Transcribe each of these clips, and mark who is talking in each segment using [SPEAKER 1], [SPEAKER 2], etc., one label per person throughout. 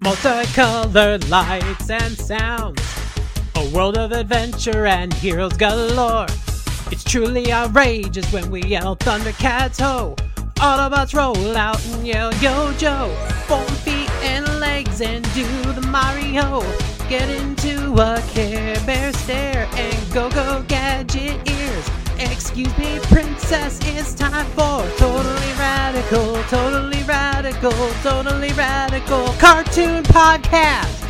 [SPEAKER 1] Multicolored lights and sounds. A world of adventure and heroes galore. It's truly outrageous when we yell Thundercats ho! Autobots roll out and yell Yo Joe! Four feet and legs and do the Mario! Get into a Care Bear stare and go go gadget ears! Excuse me, princess, it's time for Totally Radical, Totally Radical, Totally Radical Cartoon Podcast!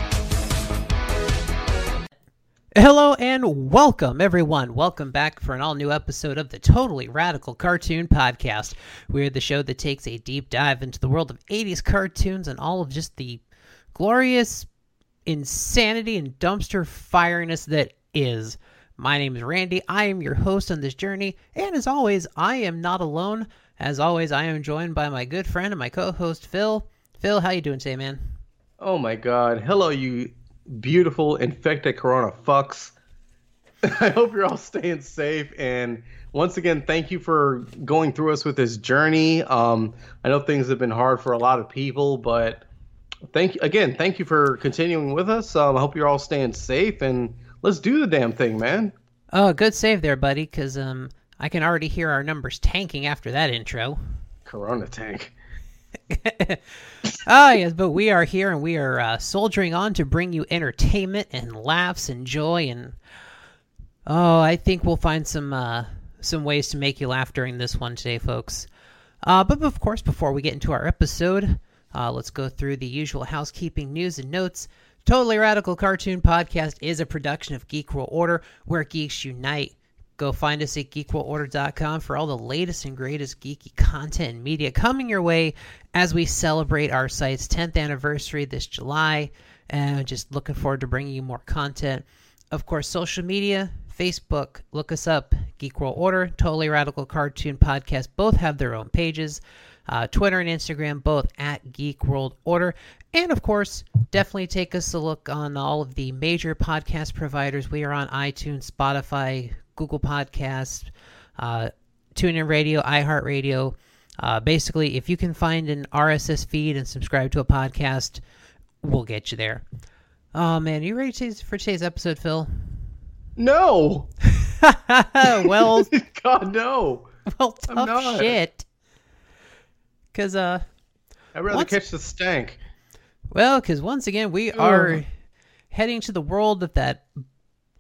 [SPEAKER 1] Hello and welcome, everyone. Welcome back for an all new episode of the Totally Radical Cartoon Podcast. We're the show that takes a deep dive into the world of 80s cartoons and all of just the glorious insanity and dumpster fireness that is. My name is Randy. I am your host on this journey. And as always, I am not alone. As always, I am joined by my good friend and my co host, Phil. Phil, how you doing today, man?
[SPEAKER 2] Oh my god. Hello, you beautiful infected corona fucks. I hope you're all staying safe. And once again, thank you for going through us with this journey. Um, I know things have been hard for a lot of people, but thank again, thank you for continuing with us. Um, I hope you're all staying safe and let's do the damn thing, man.
[SPEAKER 1] Oh, good save there, buddy, because um, I can already hear our numbers tanking after that intro.
[SPEAKER 2] Corona tank.
[SPEAKER 1] Ah, yes, but we are here and we are uh, soldiering on to bring you entertainment and laughs and joy and oh, I think we'll find some uh, some ways to make you laugh during this one today, folks. Uh, but of course, before we get into our episode, uh, let's go through the usual housekeeping news and notes. Totally Radical Cartoon Podcast is a production of Geek World Order, where geeks unite. Go find us at geekworldorder.com for all the latest and greatest geeky content and media coming your way as we celebrate our site's 10th anniversary this July. And just looking forward to bringing you more content. Of course, social media, Facebook, look us up. Geek World Order, Totally Radical Cartoon Podcast both have their own pages. Uh, Twitter and Instagram both at Geek World Order. And of course, definitely take us a look on all of the major podcast providers. We are on iTunes, Spotify, Google Podcasts, uh, TuneIn Radio, iHeartRadio. Uh, basically, if you can find an RSS feed and subscribe to a podcast, we'll get you there. Oh man, you ready to- for today's episode, Phil?
[SPEAKER 2] No.
[SPEAKER 1] well,
[SPEAKER 2] God no.
[SPEAKER 1] well,
[SPEAKER 2] I'm
[SPEAKER 1] tough
[SPEAKER 2] not.
[SPEAKER 1] shit. Cause uh,
[SPEAKER 2] I'd rather
[SPEAKER 1] What?
[SPEAKER 2] catch the stank.
[SPEAKER 1] well, cause once again we are heading to the world of that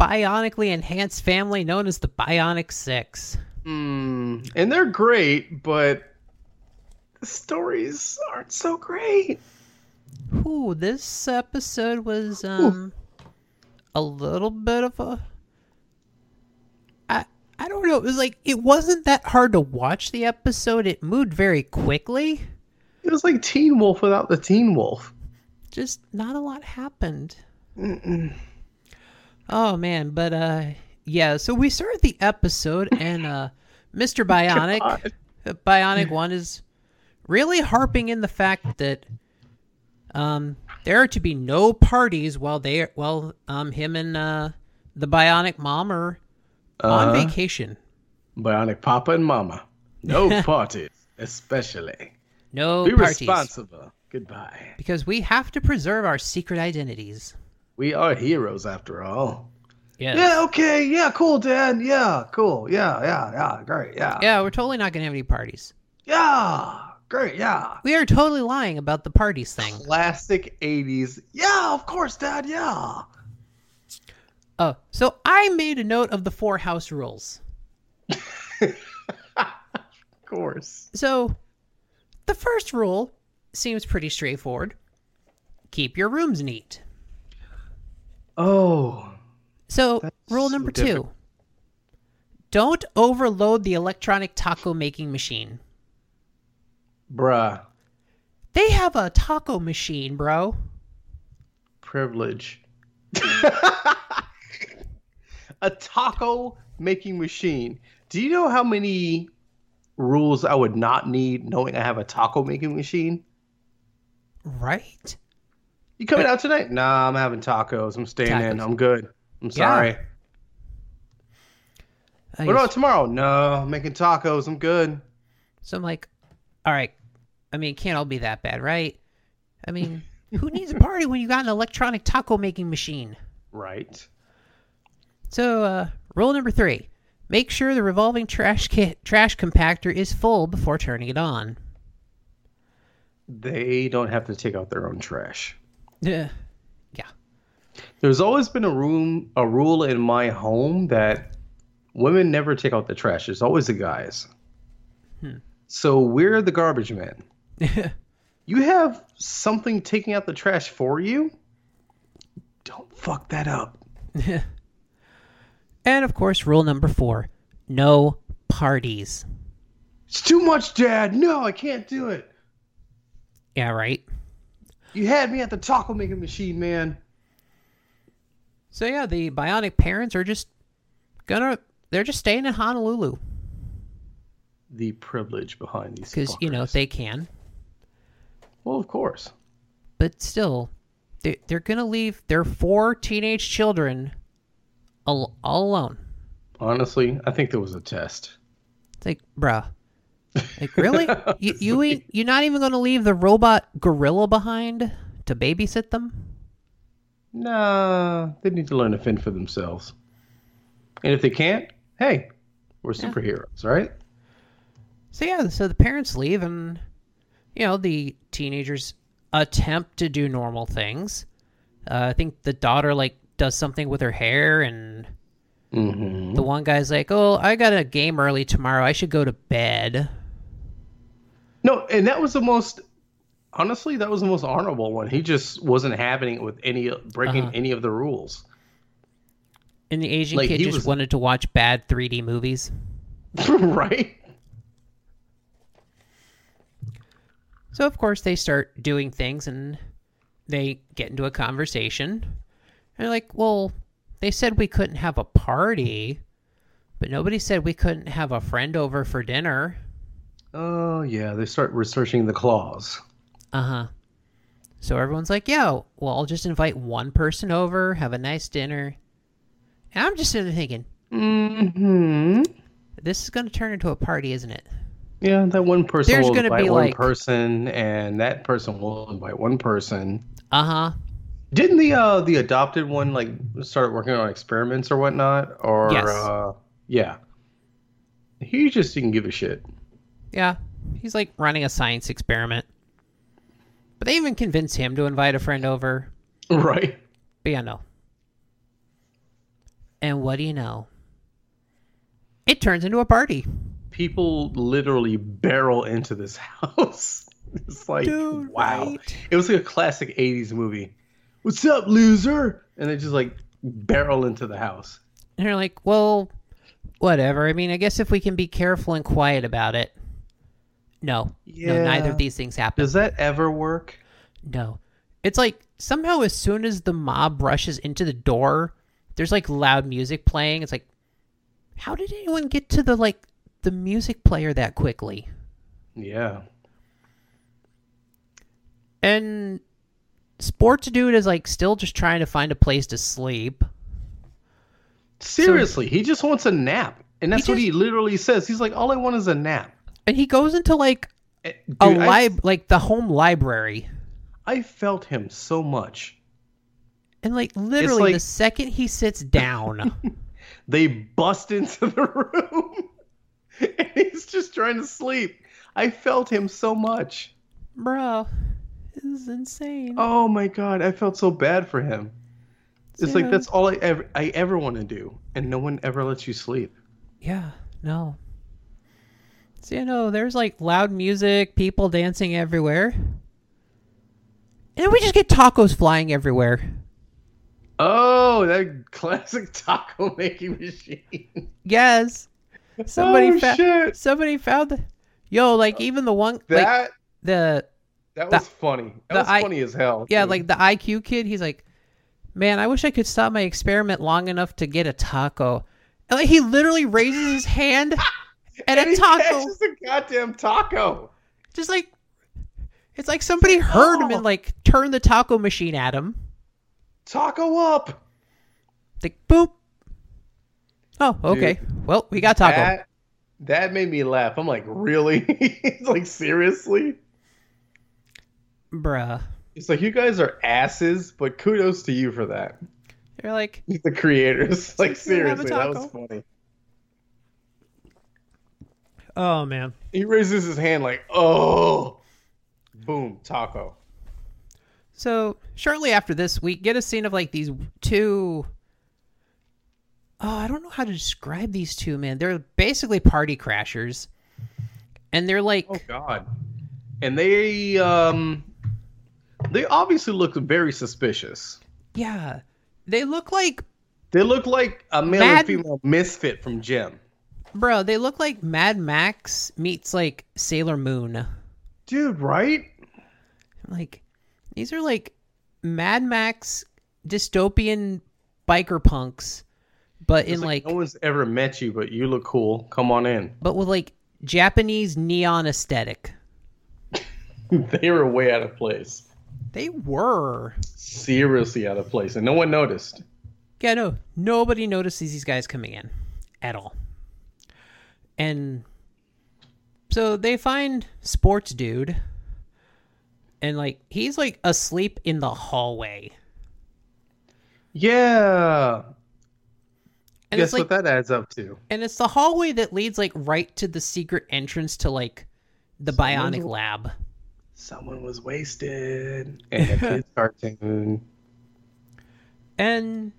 [SPEAKER 1] bionically enhanced family known as the Bionic Six.
[SPEAKER 2] Mm, and they're great, but the stories aren't so great.
[SPEAKER 1] Ooh, this episode was um a little bit of a I I don't know. It was like it wasn't that hard to watch the episode. It moved very quickly.
[SPEAKER 2] It was like Teen Wolf without the Teen Wolf.
[SPEAKER 1] Just not a lot happened. Oh man, but uh yeah, so we started the episode and uh Mr. Bionic
[SPEAKER 2] Oh,
[SPEAKER 1] uh,
[SPEAKER 2] God.
[SPEAKER 1] Bionic One is really harping in the fact that um there are to be no parties while they while um him and uh the Bionic Mom are on
[SPEAKER 2] Uh-huh.
[SPEAKER 1] vacation.
[SPEAKER 2] Bionic Papa and Mama. No parties, especially.
[SPEAKER 1] No
[SPEAKER 2] Be
[SPEAKER 1] parties.
[SPEAKER 2] responsible. Goodbye.
[SPEAKER 1] Because we have to preserve our secret identities.
[SPEAKER 2] We are heroes after all.
[SPEAKER 1] Yes.
[SPEAKER 2] Yeah, okay. Yeah, cool, Dad. Yeah, cool. Yeah, yeah, yeah. Great. Yeah.
[SPEAKER 1] Yeah, we're totally not gonna have any parties.
[SPEAKER 2] Yeah. Great. Yeah.
[SPEAKER 1] We are totally lying about the parties thing.
[SPEAKER 2] Classic 80s. Yeah, of course, Dad. Yeah.
[SPEAKER 1] Oh, so I made a note of the four house rules.
[SPEAKER 2] Of course.
[SPEAKER 1] So, the first rule seems pretty straightforward keep your rooms neat.
[SPEAKER 2] Oh.
[SPEAKER 1] So, rule
[SPEAKER 2] so
[SPEAKER 1] number two
[SPEAKER 2] difficult.
[SPEAKER 1] don't overload the electronic taco making machine.
[SPEAKER 2] Bruh.
[SPEAKER 1] They have a taco machine, bro.
[SPEAKER 2] privilege. a taco making machine. Do you know how many rules I would not need knowing I have a taco making machine?
[SPEAKER 1] Right?
[SPEAKER 2] You coming out tonight? Nah, I'm having tacos. I'm staying in.
[SPEAKER 1] Tacos.
[SPEAKER 2] I'm good. I'm
[SPEAKER 1] Yeah.
[SPEAKER 2] sorry.
[SPEAKER 1] I
[SPEAKER 2] What
[SPEAKER 1] guess-
[SPEAKER 2] about tomorrow? No, I'm making tacos. I'm good.
[SPEAKER 1] so, I'm like, all right. I mean, it can't all be that bad, right? I mean, Who needs a party when you got an electronic taco making machine?
[SPEAKER 2] Right.
[SPEAKER 1] So, uh, rule number three make sure the revolving trash, ca- trash compactor is full before turning it on.
[SPEAKER 2] They don't have to take out their own trash.
[SPEAKER 1] Yeah.
[SPEAKER 2] There's always been a room a rule in my home that women never take out the trash. It's always the guys.
[SPEAKER 1] Hmm.
[SPEAKER 2] So we're the garbage men. you have something taking out the trash for you? Don't fuck that up.
[SPEAKER 1] and of course, rule number four no parties.
[SPEAKER 2] It's too much, Dad. No, I can't do it.
[SPEAKER 1] Yeah, right?
[SPEAKER 2] You had me at the taco making machine, man.
[SPEAKER 1] So, yeah, the bionic parents are just gonna, they're just staying in Honolulu
[SPEAKER 2] The privilege behind these
[SPEAKER 1] because, you know,
[SPEAKER 2] fuckers.
[SPEAKER 1] they can.
[SPEAKER 2] Well, of course.
[SPEAKER 1] but still, they're, they're going to leave their four teenage children all, all alone.
[SPEAKER 2] Honestly, I think there was a test.
[SPEAKER 1] It's like, bruh. Like, really? you, you ain't, you're not even going to leave the robot gorilla behind to babysit them?
[SPEAKER 2] Nah, they need to learn to fend for themselves. And if they can't, hey, we're superheroes, right?
[SPEAKER 1] So, yeah, so the parents leave, and, you know, the teenagers attempt to do normal things. Uh, I think the daughter, like, does something with her hair, and
[SPEAKER 2] Mm-hmm.
[SPEAKER 1] the one guy's like, oh, I got a game early tomorrow. I should go to bed.
[SPEAKER 2] No, and that was the most. Honestly, that was the most honorable one. He just wasn't having it with any
[SPEAKER 1] Uh-huh.
[SPEAKER 2] breaking any of the rules.
[SPEAKER 1] And the Asian
[SPEAKER 2] Like,
[SPEAKER 1] kid
[SPEAKER 2] he
[SPEAKER 1] just
[SPEAKER 2] was-
[SPEAKER 1] wanted to watch bad 3D movies.
[SPEAKER 2] right?
[SPEAKER 1] So, of course, they start doing things and they get into a conversation. And they're like, well, they said we couldn't have a party, but nobody said we couldn't have a friend over for dinner.
[SPEAKER 2] Oh yeah, they start researching the clause.
[SPEAKER 1] Uh huh. So everyone's like, yeah, well, I'll just invite one person over, have a nice dinner. And I'm just sitting there thinking,
[SPEAKER 2] Mm-hmm.
[SPEAKER 1] this is going to turn into a party, isn't it?
[SPEAKER 2] Yeah, that one person
[SPEAKER 1] There's
[SPEAKER 2] will
[SPEAKER 1] gonna
[SPEAKER 2] invite
[SPEAKER 1] be,
[SPEAKER 2] one
[SPEAKER 1] like-
[SPEAKER 2] person, and that person will invite one person.
[SPEAKER 1] Uh huh.
[SPEAKER 2] Didn't the uh the adopted one like start working on experiments or whatnot? Or
[SPEAKER 1] Yes.
[SPEAKER 2] uh yeah. He just didn't give a shit.
[SPEAKER 1] Yeah, he's like running a science experiment. But they even convince him to invite a friend over.
[SPEAKER 2] Right.
[SPEAKER 1] But yeah, no. And what do you know? It turns into a party.
[SPEAKER 2] People literally barrel into this house. It's like
[SPEAKER 1] Dude,
[SPEAKER 2] wow.
[SPEAKER 1] right?
[SPEAKER 2] It was like a classic eighties movie. What's up, loser? And they just like barrel into the house.
[SPEAKER 1] And they're like, well, whatever. I mean, I guess if we can be careful and quiet about it. No. No, neither
[SPEAKER 2] Yeah.
[SPEAKER 1] of these things happen.
[SPEAKER 2] Does that ever work?
[SPEAKER 1] No. It's like somehow as soon as the mob rushes into the door, there's like loud music playing. It's like how did anyone get to the like the music player that quickly?
[SPEAKER 2] Yeah.
[SPEAKER 1] And sports dude is like still just trying to find a place to sleep.
[SPEAKER 2] Seriously, he just wants a nap. And that's what
[SPEAKER 1] just-
[SPEAKER 2] he literally says. He's like, all I want is a nap.
[SPEAKER 1] And he goes into like
[SPEAKER 2] Eh,
[SPEAKER 1] a
[SPEAKER 2] dude, I-
[SPEAKER 1] lib like the home library.
[SPEAKER 2] I felt him so much.
[SPEAKER 1] And like literally the
[SPEAKER 2] like-
[SPEAKER 1] second he sits down,
[SPEAKER 2] They bust into the room and he's just trying to sleep. I felt him so much.
[SPEAKER 1] bro, this is insane.
[SPEAKER 2] Oh my god, I felt so bad for him. It's
[SPEAKER 1] Yeah.
[SPEAKER 2] like that's all I ever I ever want to do and no one ever lets you sleep.
[SPEAKER 1] Yeah, no. So, you know, there's like loud music, people dancing everywhere. And we just get tacos flying everywhere.
[SPEAKER 2] Oh, that classic taco making machine.
[SPEAKER 1] Yes. Somebody
[SPEAKER 2] Oh,
[SPEAKER 1] found
[SPEAKER 2] shit. Uh,
[SPEAKER 1] somebody found the- Yo, like even the one like
[SPEAKER 2] That
[SPEAKER 1] the
[SPEAKER 2] that
[SPEAKER 1] the-
[SPEAKER 2] was funny. That
[SPEAKER 1] the
[SPEAKER 2] was
[SPEAKER 1] I-
[SPEAKER 2] funny as hell.
[SPEAKER 1] yeah,
[SPEAKER 2] dude.
[SPEAKER 1] like the IQ kid, he's like, "Man, I wish I could stop my experiment long enough to get a taco." And like, he literally raises his hand at
[SPEAKER 2] and
[SPEAKER 1] a
[SPEAKER 2] he
[SPEAKER 1] taco.
[SPEAKER 2] catches a goddamn taco.
[SPEAKER 1] just like it's like somebody heard him
[SPEAKER 2] "Oh."
[SPEAKER 1] and like turned the taco machine at him.
[SPEAKER 2] Taco up.
[SPEAKER 1] Like boop. Oh, okay. Well, we got taco.
[SPEAKER 2] That, that made me laugh. I'm like, really? It's like, seriously?
[SPEAKER 1] Bruh.
[SPEAKER 2] It's like you guys are asses, but kudos to you for that.
[SPEAKER 1] They're like,
[SPEAKER 2] The creators, like
[SPEAKER 1] Here, have a
[SPEAKER 2] seriously, that was
[SPEAKER 1] taco.
[SPEAKER 2] funny.
[SPEAKER 1] oh man,
[SPEAKER 2] He raises his hand like, oh, boom, taco.
[SPEAKER 1] So shortly after this, we get a scene of like these two. Oh, I don't know how to describe these two, man. They're basically party crashers, and they're like,
[SPEAKER 2] Oh God. And they um, they obviously look very suspicious.
[SPEAKER 1] yeah, they look like,
[SPEAKER 2] They look like a male
[SPEAKER 1] Mad-
[SPEAKER 2] and female misfit from Jim.
[SPEAKER 1] bro, they look like Mad Max meets like Sailor Moon.
[SPEAKER 2] Dude, right?
[SPEAKER 1] Like, these are like Mad Max dystopian biker punks, but in
[SPEAKER 2] It's
[SPEAKER 1] like,
[SPEAKER 2] like, no one's ever met you, but you look cool. Come on in.
[SPEAKER 1] but with like Japanese neon aesthetic.
[SPEAKER 2] they were way out of place.
[SPEAKER 1] They were.
[SPEAKER 2] Seriously out of place, and no one noticed.
[SPEAKER 1] Yeah, no, nobody notices these guys coming in at all. And so they find Sports Dude, and like he's like asleep in the hallway.
[SPEAKER 2] Yeah.
[SPEAKER 1] And
[SPEAKER 2] Guess
[SPEAKER 1] it's like,
[SPEAKER 2] what that adds up to?
[SPEAKER 1] and it's the hallway that leads like right to the secret entrance to like the bionic
[SPEAKER 2] Someone-
[SPEAKER 1] lab.
[SPEAKER 2] Someone was wasted. And a kid's cartoon.
[SPEAKER 1] And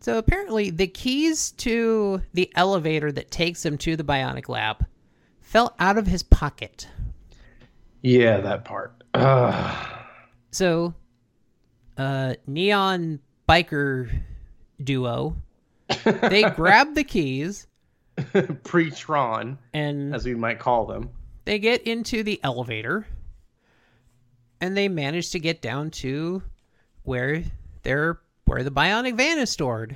[SPEAKER 1] so apparently the keys to the elevator that takes him to the bionic lab fell out of his pocket.
[SPEAKER 2] Yeah, that part. Ugh.
[SPEAKER 1] So, uh, neon biker duo, they grab the keys
[SPEAKER 2] Pre Tron,
[SPEAKER 1] and
[SPEAKER 2] as we might call them.
[SPEAKER 1] they get into the elevator, and they manage to get down to where they're where the bionic van is stored.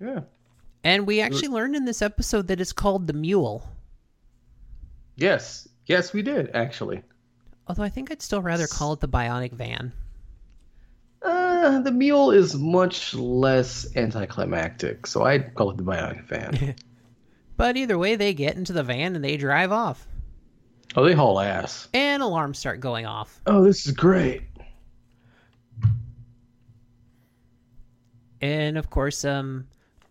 [SPEAKER 2] Yeah.
[SPEAKER 1] And we actually learned in this episode that it's called the Mule.
[SPEAKER 2] Yes. Yes, we did, actually.
[SPEAKER 1] Although I think I'd still rather call it the bionic van.
[SPEAKER 2] Uh, the mule is much less anticlimactic, so I'd call it the Bionic Fan.
[SPEAKER 1] But either way, they get into the van and they drive off.
[SPEAKER 2] oh, they haul ass.
[SPEAKER 1] And alarms start going off.
[SPEAKER 2] Oh, this is great.
[SPEAKER 1] And of course, um,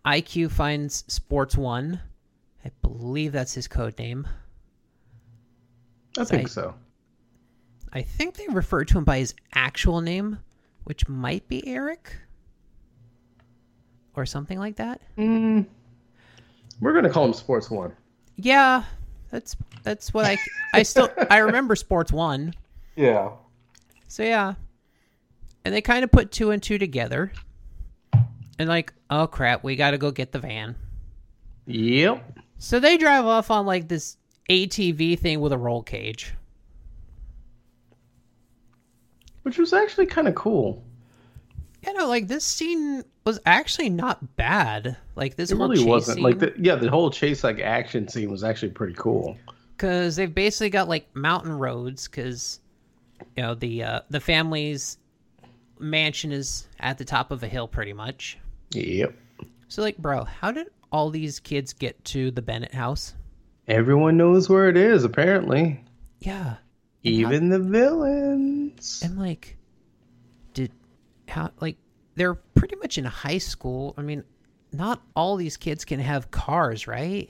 [SPEAKER 1] IQ finds Sports One. I believe that's his code name.
[SPEAKER 2] I
[SPEAKER 1] Psych.
[SPEAKER 2] think so.
[SPEAKER 1] I think they refer to him by his actual name, which might be Eric or something like that.
[SPEAKER 2] Mm. We're gonna call him Sports One.
[SPEAKER 1] Yeah, that's that's what I I still I remember Sports One.
[SPEAKER 2] Yeah.
[SPEAKER 1] So yeah, and they kind of put two and two together, and like, oh crap, we got to go get the van.
[SPEAKER 2] Yep.
[SPEAKER 1] So they drive off on like this ATV thing with a roll cage.
[SPEAKER 2] Which was actually kind of cool.
[SPEAKER 1] you know, like this scene was actually not bad. Like this
[SPEAKER 2] It
[SPEAKER 1] whole
[SPEAKER 2] really
[SPEAKER 1] chase
[SPEAKER 2] wasn't
[SPEAKER 1] scene,
[SPEAKER 2] like the yeah the whole chase like action scene was actually pretty cool.
[SPEAKER 1] because they've basically got like mountain roads because you know the uh, the family's mansion is at the top of a hill, pretty much.
[SPEAKER 2] Yep.
[SPEAKER 1] So like, bro, how did all these kids get to the Bennett house?
[SPEAKER 2] Everyone knows where it is apparently.
[SPEAKER 1] Yeah,
[SPEAKER 2] Even the villains.
[SPEAKER 1] and like, did how like they're pretty much in high school. I mean, not all these kids can have cars, right?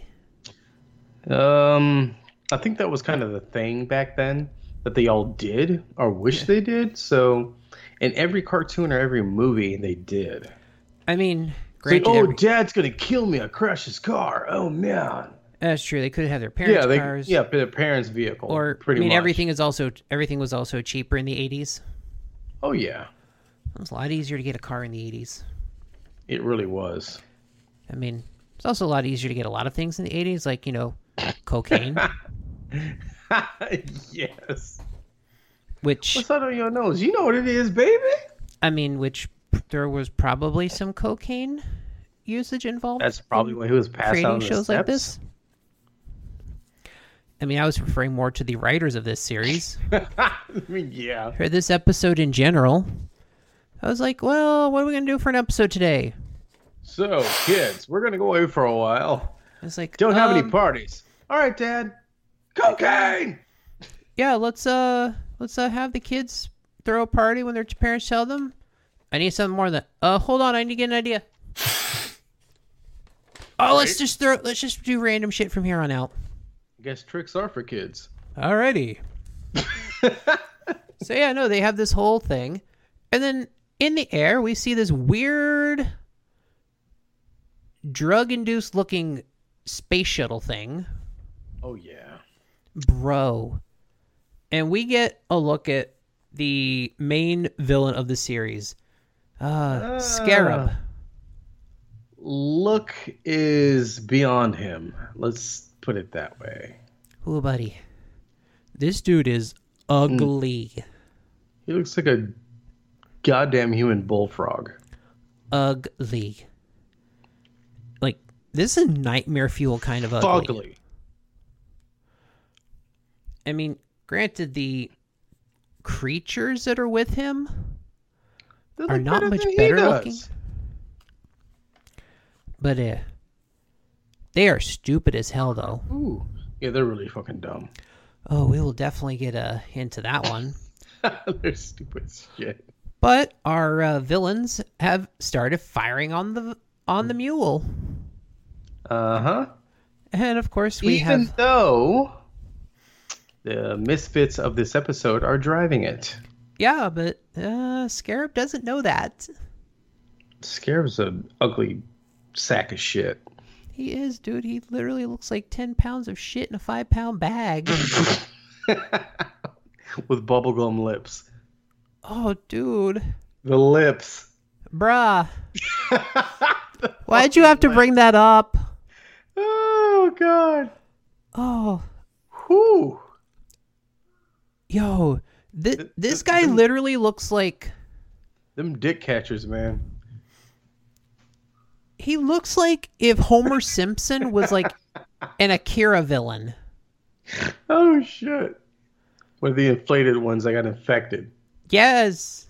[SPEAKER 2] Um, I think that was kind of the thing back then that they all did or wish they did. So, in every cartoon or every movie, they did.
[SPEAKER 1] I mean,
[SPEAKER 2] Like,
[SPEAKER 1] granted,
[SPEAKER 2] oh,
[SPEAKER 1] every-
[SPEAKER 2] Dad's gonna kill me! I crashed his car. Oh man.
[SPEAKER 1] that's true. They could have their parents'
[SPEAKER 2] Yeah, they
[SPEAKER 1] cars.
[SPEAKER 2] yeah, their parents' vehicle.
[SPEAKER 1] or
[SPEAKER 2] pretty
[SPEAKER 1] I mean,
[SPEAKER 2] much.
[SPEAKER 1] everything is also everything was also cheaper in the eighties.
[SPEAKER 2] Oh yeah,
[SPEAKER 1] It was a lot easier to get a car in the eighties.
[SPEAKER 2] it really was.
[SPEAKER 1] I mean, it's also a lot easier to get a lot of things in the eighties, like you know, cocaine,
[SPEAKER 2] yes.
[SPEAKER 1] which
[SPEAKER 2] What's that on your nose? You know what it is, baby.
[SPEAKER 1] I mean, which there was probably some cocaine usage involved.
[SPEAKER 2] That's probably when he was passed out.
[SPEAKER 1] creating
[SPEAKER 2] on the
[SPEAKER 1] shows like
[SPEAKER 2] steps.
[SPEAKER 1] this. I mean, I was referring more to the writers of this series
[SPEAKER 2] I mean, yeah.
[SPEAKER 1] or this episode in general. I was like, well, what are we gonna do for an episode today?
[SPEAKER 2] So, kids, we're gonna go away for a while.
[SPEAKER 1] It's like
[SPEAKER 2] Don't have any
[SPEAKER 1] um,
[SPEAKER 2] parties. All right, Dad. Cocaine.
[SPEAKER 1] yeah let's uh let's uh have the kids throw a party when their parents tell them, I need something more than. Uh, hold on, I need to get an idea. Oh, let's
[SPEAKER 2] Right.
[SPEAKER 1] just throw. Let's just do random shit from here on out.
[SPEAKER 2] guess tricks are for kids.
[SPEAKER 1] Alrighty. so yeah, no, they have this whole thing, and then in the air we see this weird drug-induced looking space shuttle thing,
[SPEAKER 2] Oh yeah.
[SPEAKER 1] bro. And we get a look at the main villain of the series, uh, Scarab.
[SPEAKER 2] Look is beyond him. Let's put it that way.
[SPEAKER 1] Ooh, buddy, this dude is ugly,
[SPEAKER 2] He looks like a goddamn human bullfrog.
[SPEAKER 1] ugly. Like this is nightmare fuel kind of ugly.
[SPEAKER 2] Ugly.
[SPEAKER 1] I mean, granted, the creatures that are with him,
[SPEAKER 2] They
[SPEAKER 1] Are
[SPEAKER 2] look
[SPEAKER 1] not
[SPEAKER 2] better
[SPEAKER 1] much
[SPEAKER 2] than he
[SPEAKER 1] better
[SPEAKER 2] does.
[SPEAKER 1] looking. but uh, they are stupid as hell, though.
[SPEAKER 2] Ooh. Yeah, they're really fucking dumb.
[SPEAKER 1] Oh, we will definitely get uh, into that one.
[SPEAKER 2] they're stupid as shit.
[SPEAKER 1] But our uh, villains have started firing on the on the mule,
[SPEAKER 2] Uh huh.
[SPEAKER 1] and of course Uh-huh. we
[SPEAKER 2] Even
[SPEAKER 1] have
[SPEAKER 2] though the misfits of this episode are driving it.
[SPEAKER 1] yeah, but uh, Scarab doesn't know that
[SPEAKER 2] Scarab's a ugly sack of shit.
[SPEAKER 1] he is, dude. He literally looks like ten pounds of shit in a five pound bag.
[SPEAKER 2] With bubblegum lips.
[SPEAKER 1] oh, dude,
[SPEAKER 2] The lips.
[SPEAKER 1] bruh, why'd you have to bring that up?
[SPEAKER 2] Oh god.
[SPEAKER 1] Oh.
[SPEAKER 2] Whew.
[SPEAKER 1] Yo, th-
[SPEAKER 2] Th-
[SPEAKER 1] this
[SPEAKER 2] th-
[SPEAKER 1] guy
[SPEAKER 2] them-
[SPEAKER 1] literally looks like
[SPEAKER 2] Them dick catchers, man.
[SPEAKER 1] he looks like if Homer Simpson was like an Akira villain.
[SPEAKER 2] Oh shit. One of the inflated ones that got infected.
[SPEAKER 1] Yes.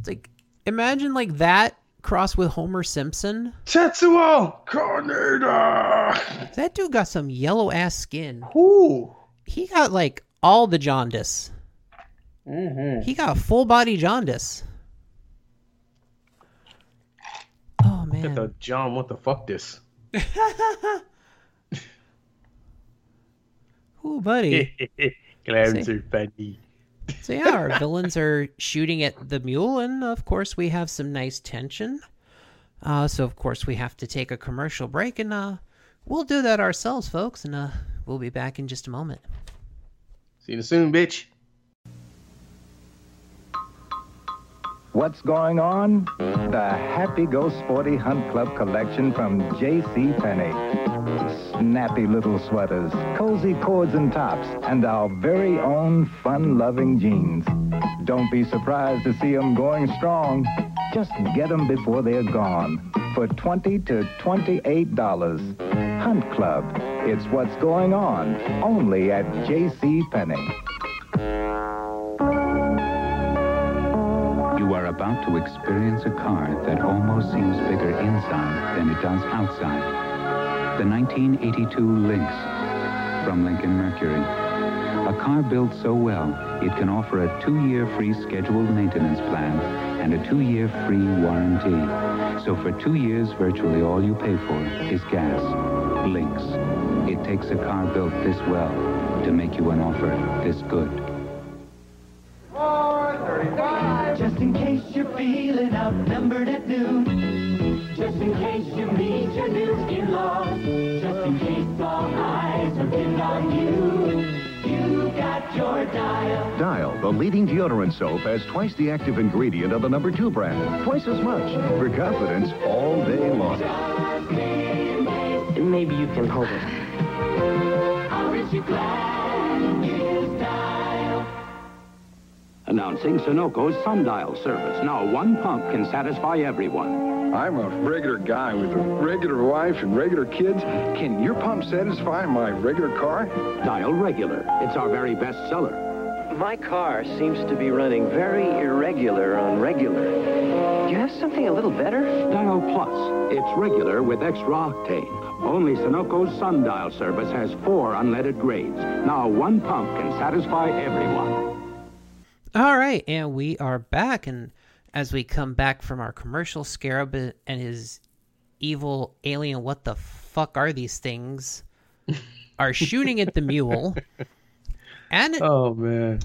[SPEAKER 1] It's like imagine like that crossed with Homer Simpson.
[SPEAKER 2] Tetsuo Cornada.
[SPEAKER 1] That dude got some yellow ass skin.
[SPEAKER 2] Ooh.
[SPEAKER 1] He got like all the jaundice. He got full body jaundice. Oh man.
[SPEAKER 2] The John, what the fuck this?
[SPEAKER 1] Ooh, buddy.
[SPEAKER 2] Glad to funny.
[SPEAKER 1] So yeah, our villains are shooting at the mule, and of course we have some nice tension. Uh, so of course we have to take a commercial break, and uh, we'll do that ourselves, folks, and uh, we'll be back in just a moment.
[SPEAKER 2] See you soon, bitch.
[SPEAKER 3] What's going on? The Happy Go Sporty Hunt Club collection from J.C. Penney. Snappy little sweaters, cozy cords and tops, and our very own fun-loving jeans. Don't be surprised to see them going strong. Just get them before they're gone for 20 to $28. Hunt Club. It's what's going on only at J.C. Penney.
[SPEAKER 4] You are about to experience a car that almost seems bigger inside than it does outside. The 1982 Lynx from Lincoln Mercury. A car built so well, it can offer a two-year free scheduled maintenance plan and a two-year free warranty. So for two years, virtually all you pay for is gas. Lynx. It takes a car built this well to make you an offer this good.
[SPEAKER 5] Just in case you're feeling outnumbered at noon. Just in case you meet your new in-law. Just in case all eyes are pinned on you. You got your dial.
[SPEAKER 6] Dial, the leading deodorant soap, has twice the active ingredient of the number two brand. Twice as much for confidence all day long.
[SPEAKER 7] Maybe you can hold it.
[SPEAKER 5] Aren't you glad you dial?
[SPEAKER 4] Announcing Sunoco's Sundial service. Now one pump can satisfy everyone.
[SPEAKER 6] I'm a regular guy with a regular wife and regular kids. Can your pump satisfy my regular car?
[SPEAKER 4] Dial regular. It's our very best seller.
[SPEAKER 8] My car seems to be running very irregular on regular. Do you have something a little better?
[SPEAKER 4] Dial Plus. It's regular with extra octane. Only Sunoco's Sundial service has four unleaded grades. Now one pump can satisfy everyone.
[SPEAKER 1] All right, and we are back. And as we come back from our commercial, Scarab and his evil alien, what the fuck are these things? Are shooting at the mule, and
[SPEAKER 2] Oh man.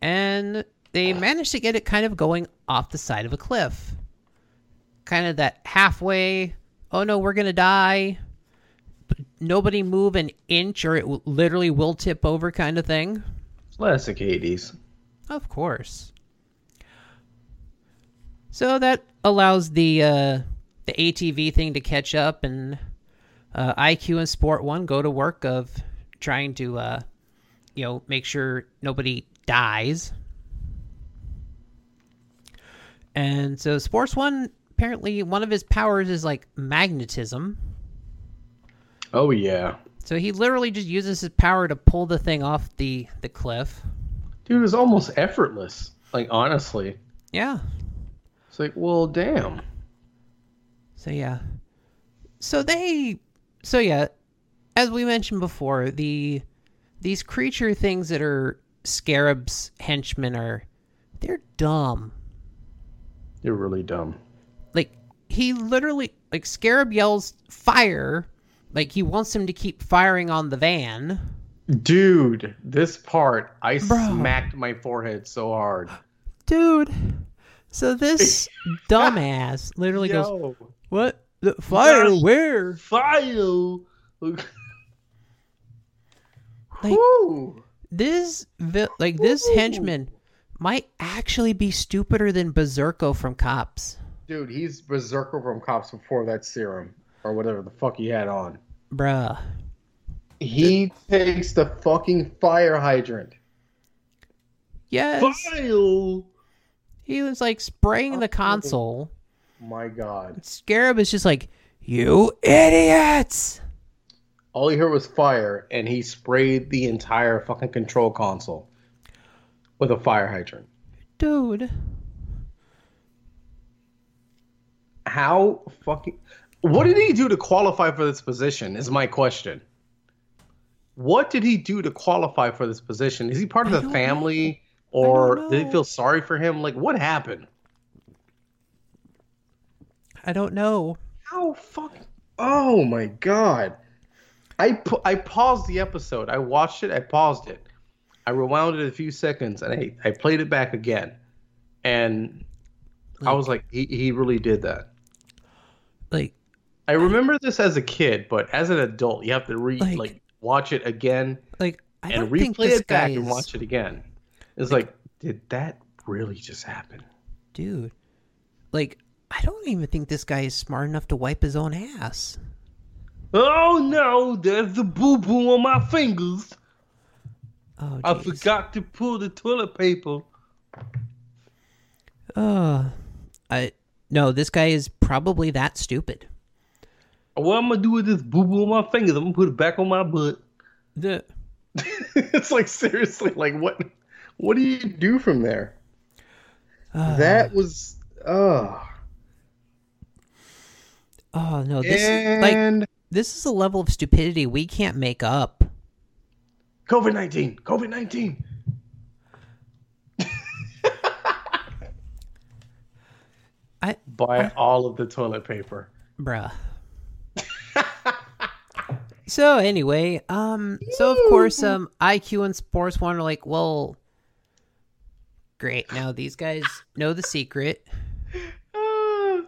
[SPEAKER 1] and they managed to get it kind of going off the side of a cliff, kind of that halfway. Oh no, we're gonna die. But nobody move an inch, or it w- literally will tip over, kind of thing.
[SPEAKER 2] Classic Hades.
[SPEAKER 1] Of course. So that allows the uh, the ATV thing to catch up, and uh, IQ and Sport One go to work of trying to, uh, you know, make sure nobody dies. And so Sports One apparently one of his powers is like magnetism.
[SPEAKER 2] Oh yeah.
[SPEAKER 1] So he literally just uses his power to pull the thing off the the cliff.
[SPEAKER 2] Dude, it was almost effortless. Like honestly.
[SPEAKER 1] Yeah,
[SPEAKER 2] It's like, well damn.
[SPEAKER 1] So yeah. So they so yeah, as we mentioned before, the these creature things that are scarabs henchmen are they're dumb.
[SPEAKER 2] You're really dumb.
[SPEAKER 1] Like he literally like scarab yells fire like he wants him to keep firing on the van.
[SPEAKER 2] Dude, this part I
[SPEAKER 1] Bro.
[SPEAKER 2] smacked my forehead so hard.
[SPEAKER 1] Dude. So this dumbass literally goes,
[SPEAKER 2] Yo,
[SPEAKER 1] "What? The fire
[SPEAKER 2] Yes.
[SPEAKER 1] where?"
[SPEAKER 2] file.
[SPEAKER 1] Like-
[SPEAKER 2] Woo.
[SPEAKER 1] this vi- like this henchman might actually be stupider than Berserko from Cops,
[SPEAKER 2] Dude, he's berserker from cops before that serum or whatever the fuck he had on.
[SPEAKER 1] bruh.
[SPEAKER 2] He takes the fucking fire hydrant.
[SPEAKER 1] Yes,
[SPEAKER 2] File.
[SPEAKER 1] he was like spraying the console.
[SPEAKER 2] My god.
[SPEAKER 1] Scarab is just like, you idiots!
[SPEAKER 2] All he heard was fire and he sprayed the entire fucking control console with a fire hydrant.
[SPEAKER 1] Dude,
[SPEAKER 2] How fucking What did he do to qualify for this position is my question. What did he do to qualify for this position? Is he part of the family or did they feel sorry for him? Like what happened?
[SPEAKER 1] I don't know.
[SPEAKER 2] How fuck? Oh my god! I pa- I paused the episode. I watched it. I paused it. I rewound it a few seconds, and I I played it back again, and I was like, he he really did that.
[SPEAKER 1] Like,
[SPEAKER 2] I remember this as a kid, but as an adult, you have to re
[SPEAKER 1] Like-
[SPEAKER 2] like, watch it again
[SPEAKER 1] like I
[SPEAKER 2] and
[SPEAKER 1] don't think
[SPEAKER 2] replay
[SPEAKER 1] this
[SPEAKER 2] it back
[SPEAKER 1] guy
[SPEAKER 2] and
[SPEAKER 1] is-
[SPEAKER 2] watch it again. It's like, did that really just happen?
[SPEAKER 1] dude. Like, I don't even think this guy is smart enough to wipe his own ass.
[SPEAKER 2] Oh no! There's a boo boo on my fingers.
[SPEAKER 1] Oh,
[SPEAKER 2] I
[SPEAKER 1] jeez.
[SPEAKER 2] forgot to pull the toilet paper.
[SPEAKER 1] Ugh. I no, this guy is probably that stupid.
[SPEAKER 2] What I'm gonna do with this boo boo on my fingers? I'm gonna put it back on my butt.
[SPEAKER 1] The
[SPEAKER 2] it's like seriously, like what? What do you do from there?
[SPEAKER 1] Uh,
[SPEAKER 2] that was oh,
[SPEAKER 1] Oh no, this is like
[SPEAKER 2] and
[SPEAKER 1] this is a level of stupidity we can't make up.
[SPEAKER 2] COVID nineteen, COVID nineteen.
[SPEAKER 1] I-
[SPEAKER 2] buy all of the toilet paper.
[SPEAKER 1] Bruh. so anyway, um so of course um IQ and Sports One are like, well great, now these guys know the secret. Uh.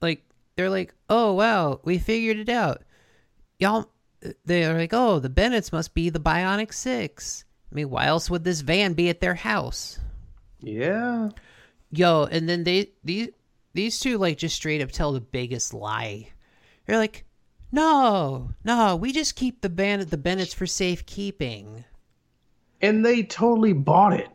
[SPEAKER 1] Like they're like, oh wow, we figured it out. Y'all they're like, oh, the Bennett's must be the Bionic Six. I mean, why else would this van be at their house?
[SPEAKER 2] Yeah,
[SPEAKER 1] Yo, and then they these these two like just straight up tell the biggest lie. They're like, no, no, we just keep the ban the Bennett's for safekeeping.
[SPEAKER 2] and they totally bought it.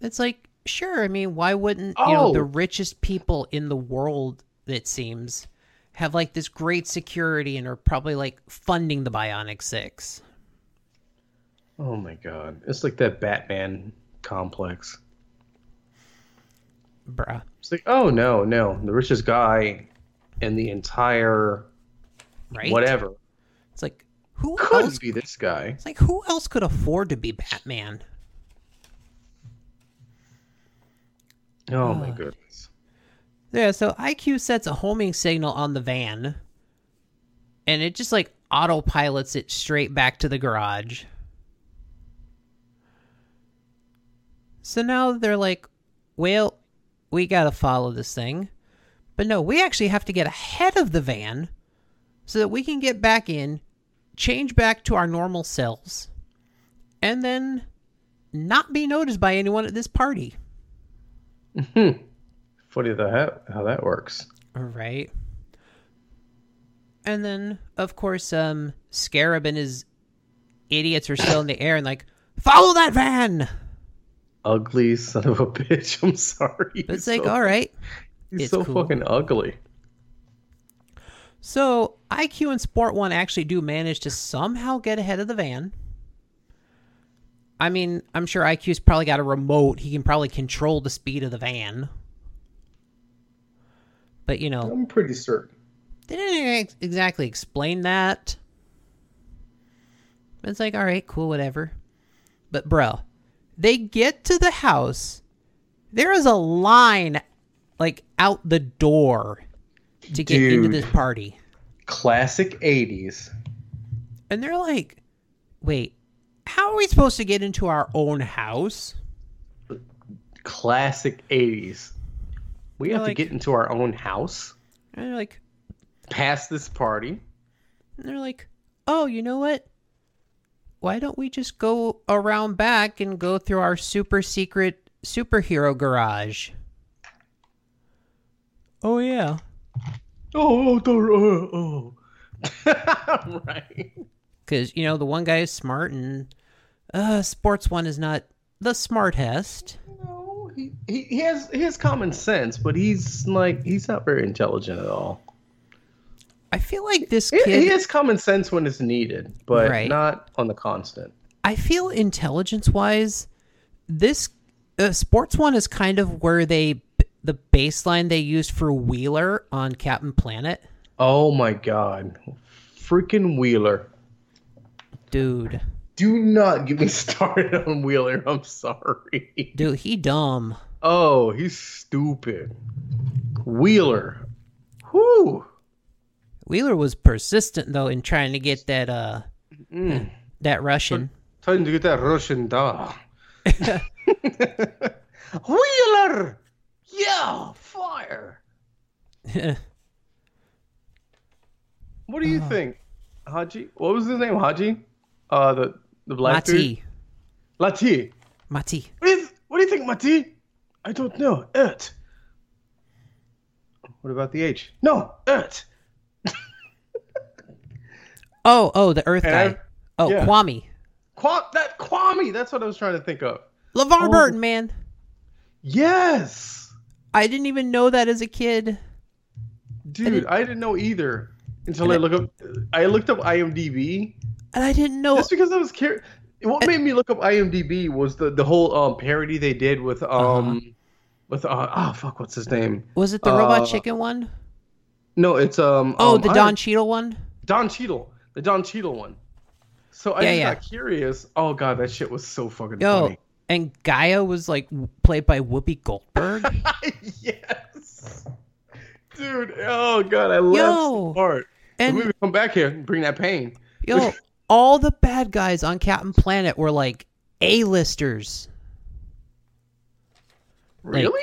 [SPEAKER 1] It's like, sure, I mean, why wouldn't you know
[SPEAKER 2] Oh.
[SPEAKER 1] the richest people in the world? It seems have like this great security and are probably like funding the Bionic Six.
[SPEAKER 2] Oh my god, it's like that Batman complex.
[SPEAKER 1] Bruh.
[SPEAKER 2] It's like, oh no, no, the richest guy in the entire
[SPEAKER 1] Right?
[SPEAKER 2] whatever
[SPEAKER 1] It's like who
[SPEAKER 2] could
[SPEAKER 1] else
[SPEAKER 2] be this guy.
[SPEAKER 1] it's like who else could afford to be Batman?
[SPEAKER 2] Oh my goodness.
[SPEAKER 1] Yeah, so IQ sets a homing signal on the van, and it just like autopilots it straight back to the garage. So now they're like, well, we gotta follow this thing. But no, we actually have to get ahead of the van so that we can get back in, change back to our normal selves, and then not be noticed by anyone at this party.
[SPEAKER 2] Funny the he- how that works.
[SPEAKER 1] All right. And then, of course, um, Scarab and his idiots are still in the air and like, follow that van.
[SPEAKER 2] Ugly son of a bitch. I'm sorry.
[SPEAKER 1] But it's
[SPEAKER 2] He's
[SPEAKER 1] like,
[SPEAKER 2] so-
[SPEAKER 1] all right.
[SPEAKER 2] He's
[SPEAKER 1] it's
[SPEAKER 2] so
[SPEAKER 1] cool.
[SPEAKER 2] fucking ugly.
[SPEAKER 1] So IQ and Sport One actually do manage to somehow get ahead of the van. I mean, I'm sure IQ's probably got a remote. He can probably control the speed of the van. But you know,
[SPEAKER 2] I'm pretty certain.
[SPEAKER 1] they didn't ex- exactly explain that. It's like, all right, cool, whatever. But, bro, they get to the house. There is a line, like, out the door to get into
[SPEAKER 2] Dude.
[SPEAKER 1] this party.
[SPEAKER 2] Classic 80s.
[SPEAKER 1] And they're like, wait, how are we supposed to get into our own house?
[SPEAKER 2] Classic 80s. We have
[SPEAKER 1] like-
[SPEAKER 2] to get into our own house,
[SPEAKER 1] And they're like,
[SPEAKER 2] past this party.
[SPEAKER 1] And they're like, oh, you know what? Why don't we just go around back and go through our super secret superhero garage? Oh, yeah.
[SPEAKER 2] Oh, oh, oh, oh. right.
[SPEAKER 1] Because, you know, the one guy is smart and uh, Sports One is not the smartest.
[SPEAKER 2] No, he, he, he has he has common sense, but he's like he's not very intelligent at all.
[SPEAKER 1] I feel like this
[SPEAKER 2] He,
[SPEAKER 1] kid.
[SPEAKER 2] he has common sense when it's needed, but
[SPEAKER 1] Right.
[SPEAKER 2] not on the constant.
[SPEAKER 1] I feel intelligence wise, this uh, sports one is kind of where they the baseline they used for Wheeler on Captain Planet,
[SPEAKER 2] Oh my god, freaking Wheeler!
[SPEAKER 1] dude.
[SPEAKER 2] Do not get me started on Wheeler. I'm sorry.
[SPEAKER 1] Dude, he dumb.
[SPEAKER 2] Oh, he's stupid. Wheeler. Whoo.
[SPEAKER 1] Wheeler was persistent though in trying to get that uh
[SPEAKER 2] Mm.
[SPEAKER 1] that Russian.
[SPEAKER 2] Time to get that Russian doll. Wheeler. Yeah, fire. What do you think, Haji? What was his name, Haji? Uh, the the black dude.
[SPEAKER 1] Mati,
[SPEAKER 2] Lati.
[SPEAKER 1] Mati.
[SPEAKER 2] What do, you what do you think, Mati? I don't know. It. What about the H? No, it.
[SPEAKER 1] Oh, oh, the Earth
[SPEAKER 2] And
[SPEAKER 1] guy.
[SPEAKER 2] I've-
[SPEAKER 1] oh,
[SPEAKER 2] yeah.
[SPEAKER 1] Kwame.
[SPEAKER 2] Qua- that Kwame. That's what I was trying to think of. Oh.
[SPEAKER 1] LeVar Burton, man.
[SPEAKER 2] Yes,
[SPEAKER 1] I didn't even know that as a kid.
[SPEAKER 2] dude. I didn't, know either until I look up. I looked up IMDb
[SPEAKER 1] And I didn't know
[SPEAKER 2] just because I was curious. What made me look up IMDb was the the whole um parody they did with um with uh oh fuck what's his name?
[SPEAKER 1] was it the robot
[SPEAKER 2] Uh,
[SPEAKER 1] chicken one?
[SPEAKER 2] No, it's um
[SPEAKER 1] Oh,
[SPEAKER 2] um,
[SPEAKER 1] the
[SPEAKER 2] I-
[SPEAKER 1] Don Cheadle one?
[SPEAKER 2] Don Cheadle, the Don Cheadle one. So I
[SPEAKER 1] Yeah,
[SPEAKER 2] just
[SPEAKER 1] yeah.
[SPEAKER 2] got curious. Oh god, that shit was so fucking
[SPEAKER 1] Yo,
[SPEAKER 2] funny.
[SPEAKER 1] and Gaia was like w- played by Whoopi Goldberg.
[SPEAKER 2] yes, dude. Oh god, I love
[SPEAKER 1] Yo,
[SPEAKER 2] this part.
[SPEAKER 1] and-
[SPEAKER 2] And we come back here and bring that pain.
[SPEAKER 1] Yo, all the bad guys on Captain Planet were like A-listers.
[SPEAKER 2] Really?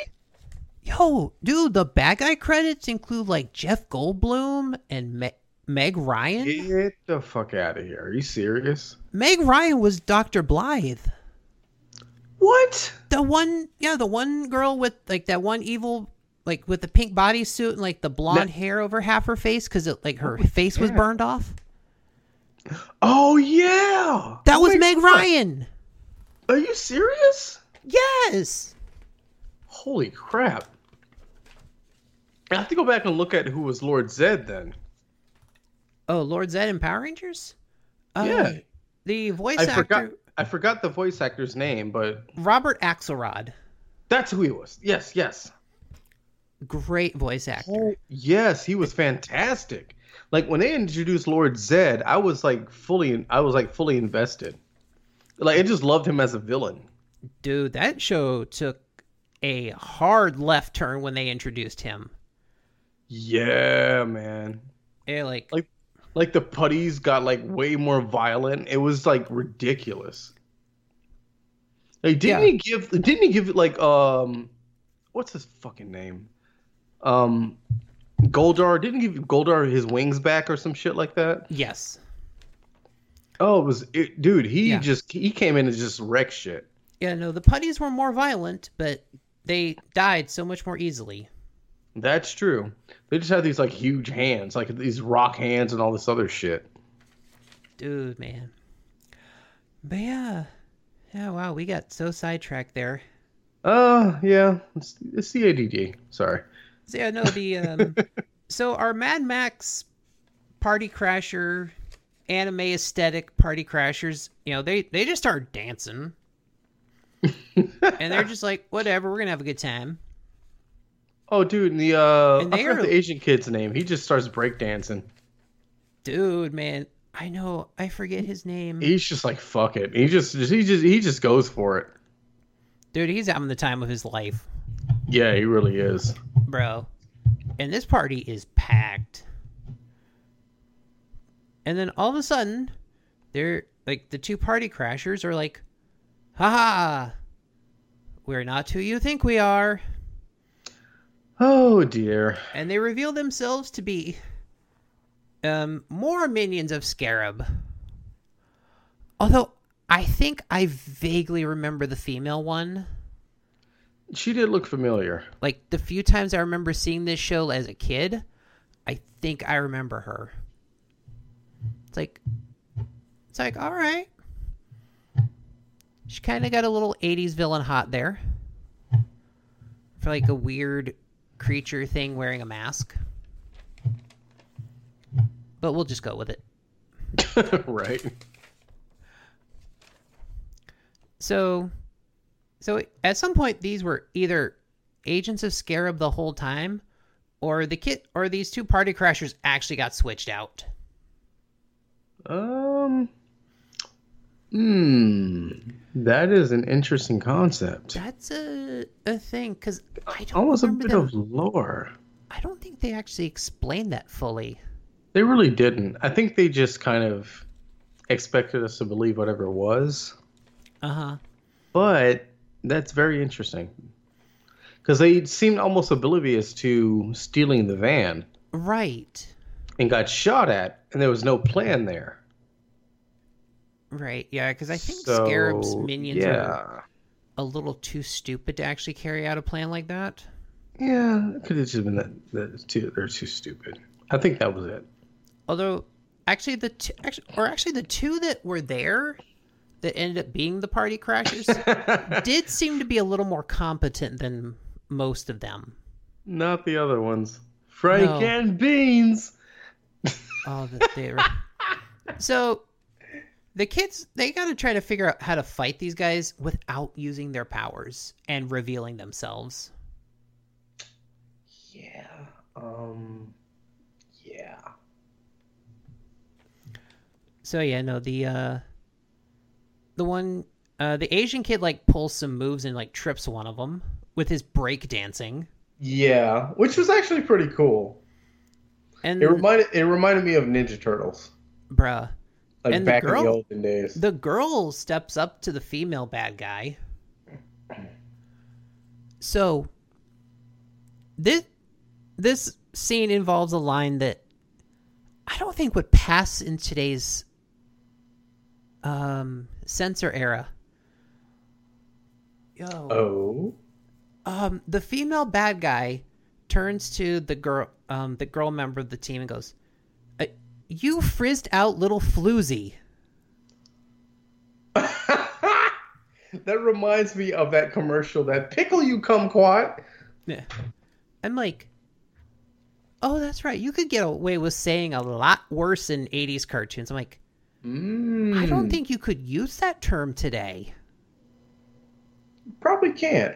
[SPEAKER 1] Yo, dude, the bad guy credits include like Jeff Goldblum and Me- Meg Ryan.
[SPEAKER 2] Get the fuck out of here. Are you serious?
[SPEAKER 1] Meg Ryan was Dr. Blythe.
[SPEAKER 2] What?
[SPEAKER 1] The one, yeah, the one girl with like that one evil, like with the pink bodysuit and like the blonde hair over half her face because it like her face was burned off.
[SPEAKER 2] Oh yeah.
[SPEAKER 1] That
[SPEAKER 2] Oh
[SPEAKER 1] was
[SPEAKER 2] my
[SPEAKER 1] Meg
[SPEAKER 2] God.
[SPEAKER 1] Ryan.
[SPEAKER 2] Are you serious?
[SPEAKER 1] Yes.
[SPEAKER 2] Holy crap. I have to go back and look at who was Lord Zed then.
[SPEAKER 1] Oh, Lord Zed in Power Rangers? Uh,
[SPEAKER 2] Yeah.
[SPEAKER 1] The voice
[SPEAKER 2] I
[SPEAKER 1] actor,
[SPEAKER 2] forgot I forgot the voice actor's name, but
[SPEAKER 1] Robert Axelrod.
[SPEAKER 2] that's who he was. Yes, yes.
[SPEAKER 1] Great voice actor.
[SPEAKER 2] Yes, he was fantastic. Like when they introduced Lord Zed, I was like fully I was like fully invested. Like I just loved him as a villain.
[SPEAKER 1] Dude, that show took a hard left turn when they introduced him.
[SPEAKER 2] Yeah, man.
[SPEAKER 1] It, Eh, like,
[SPEAKER 2] Like like the putties got like way more violent. It was like ridiculous. Like didn't
[SPEAKER 1] Yeah.
[SPEAKER 2] he give didn't he give like um what's his fucking name? Um Goldar didn't he give Goldar his wings back or some shit like that.
[SPEAKER 1] yes,
[SPEAKER 2] Oh, it was it, dude, he
[SPEAKER 1] Yeah.
[SPEAKER 2] just he came in and just wrecked shit.
[SPEAKER 1] yeah, no, the putties were more violent, but they died so much more easily.
[SPEAKER 2] That's true. They just had these like huge hands, like these rock hands and all this other shit.
[SPEAKER 1] Dude, man. But yeah, yeah, wow, we got so sidetracked there.
[SPEAKER 2] Uh, yeah, it's, it's the ADD. Sorry.
[SPEAKER 1] So, yeah, no, the um, so our Mad Max party crasher anime aesthetic party crashers, you know, they they just start dancing, and they're just like, whatever, we're gonna have a good time.
[SPEAKER 2] Oh, dude, and the uh,
[SPEAKER 1] And
[SPEAKER 2] I
[SPEAKER 1] they
[SPEAKER 2] forgot
[SPEAKER 1] are-
[SPEAKER 2] the Asian kid's name. He just starts breakdancing.
[SPEAKER 1] Dude, man, I know I forget his name.
[SPEAKER 2] He's just like, fuck it. He just, he just, he just goes for it.
[SPEAKER 1] Dude, he's having the time of his life,
[SPEAKER 2] Yeah, he really is.
[SPEAKER 1] bro. And this party is packed. And then all of a sudden, they're like the two party crashers are like, haha, we're not who you think we are.
[SPEAKER 2] Oh dear.
[SPEAKER 1] And they reveal themselves to be um, more minions of Scarab. Although, I think I vaguely remember the female one.
[SPEAKER 2] She did look familiar.
[SPEAKER 1] like the few times I remember seeing this show as a kid, I think I remember her. It's like, it's like, all right. She kind of got a little 80s villain hot there for like a weird creature thing wearing a mask. But we'll just go with it.
[SPEAKER 2] right.
[SPEAKER 1] So, so at some point, these were either agents of Scarab the whole time, or the kit, or these two party crashers actually got switched out.
[SPEAKER 2] Um. Hmm. That is an interesting concept.
[SPEAKER 1] That's a a thing because I don't
[SPEAKER 2] Almost a
[SPEAKER 1] remember
[SPEAKER 2] bit
[SPEAKER 1] them-
[SPEAKER 2] of lore.
[SPEAKER 1] I don't think they actually explained that fully.
[SPEAKER 2] They really didn't. I think they just kind of expected us to believe whatever it was.
[SPEAKER 1] Uh huh.
[SPEAKER 2] But that's very interesting. Because they seemed almost oblivious to stealing the van
[SPEAKER 1] Right.
[SPEAKER 2] and got shot at, and there was no plan there.
[SPEAKER 1] Right. Yeah. Because I think
[SPEAKER 2] So,
[SPEAKER 1] Scarab's minions are
[SPEAKER 2] Yeah.
[SPEAKER 1] a little too stupid to actually carry out a plan like that.
[SPEAKER 2] Yeah. It could have just been that, that too, they're too stupid. I think that was it.
[SPEAKER 1] Although, actually, the two, actually, or actually the two that were there that ended up being the party crashers did seem to be a little more competent than most of them.
[SPEAKER 2] Not the other ones. Frank
[SPEAKER 1] No.
[SPEAKER 2] and Beans!
[SPEAKER 1] Oh, that they were. so, the kids they got to try to figure out how to fight these guys without using their powers and revealing themselves.
[SPEAKER 2] Yeah. Um. Yeah.
[SPEAKER 1] So yeah, no, the uh the one uh the Asian kid like pulls some moves and like trips one of them with his break dancing.
[SPEAKER 2] Yeah. Which was actually pretty cool.
[SPEAKER 1] And
[SPEAKER 2] It
[SPEAKER 1] Mm.
[SPEAKER 2] reminded it reminded me of Ninja Turtles.
[SPEAKER 1] bruh,
[SPEAKER 2] Like
[SPEAKER 1] And the
[SPEAKER 2] back in the
[SPEAKER 1] girl-
[SPEAKER 2] olden days.
[SPEAKER 1] the girl steps up to the female bad guy. So this this scene involves a line that I don't think would pass in today's um censor era. Yo.
[SPEAKER 2] oh.
[SPEAKER 1] Um, the female bad guy turns to the girl, um, the girl member of the team, and goes, uh, "You frizzed out little floozy."
[SPEAKER 2] That reminds me of that commercial that pickle you kumquat.
[SPEAKER 1] Yeah. I'm like, "Oh, that's right. You could get away with saying a lot worse in '80s cartoons." I'm like,
[SPEAKER 2] Mm.
[SPEAKER 1] "I
[SPEAKER 2] Hmm.
[SPEAKER 1] don't think you could use that term today."
[SPEAKER 2] Probably can't.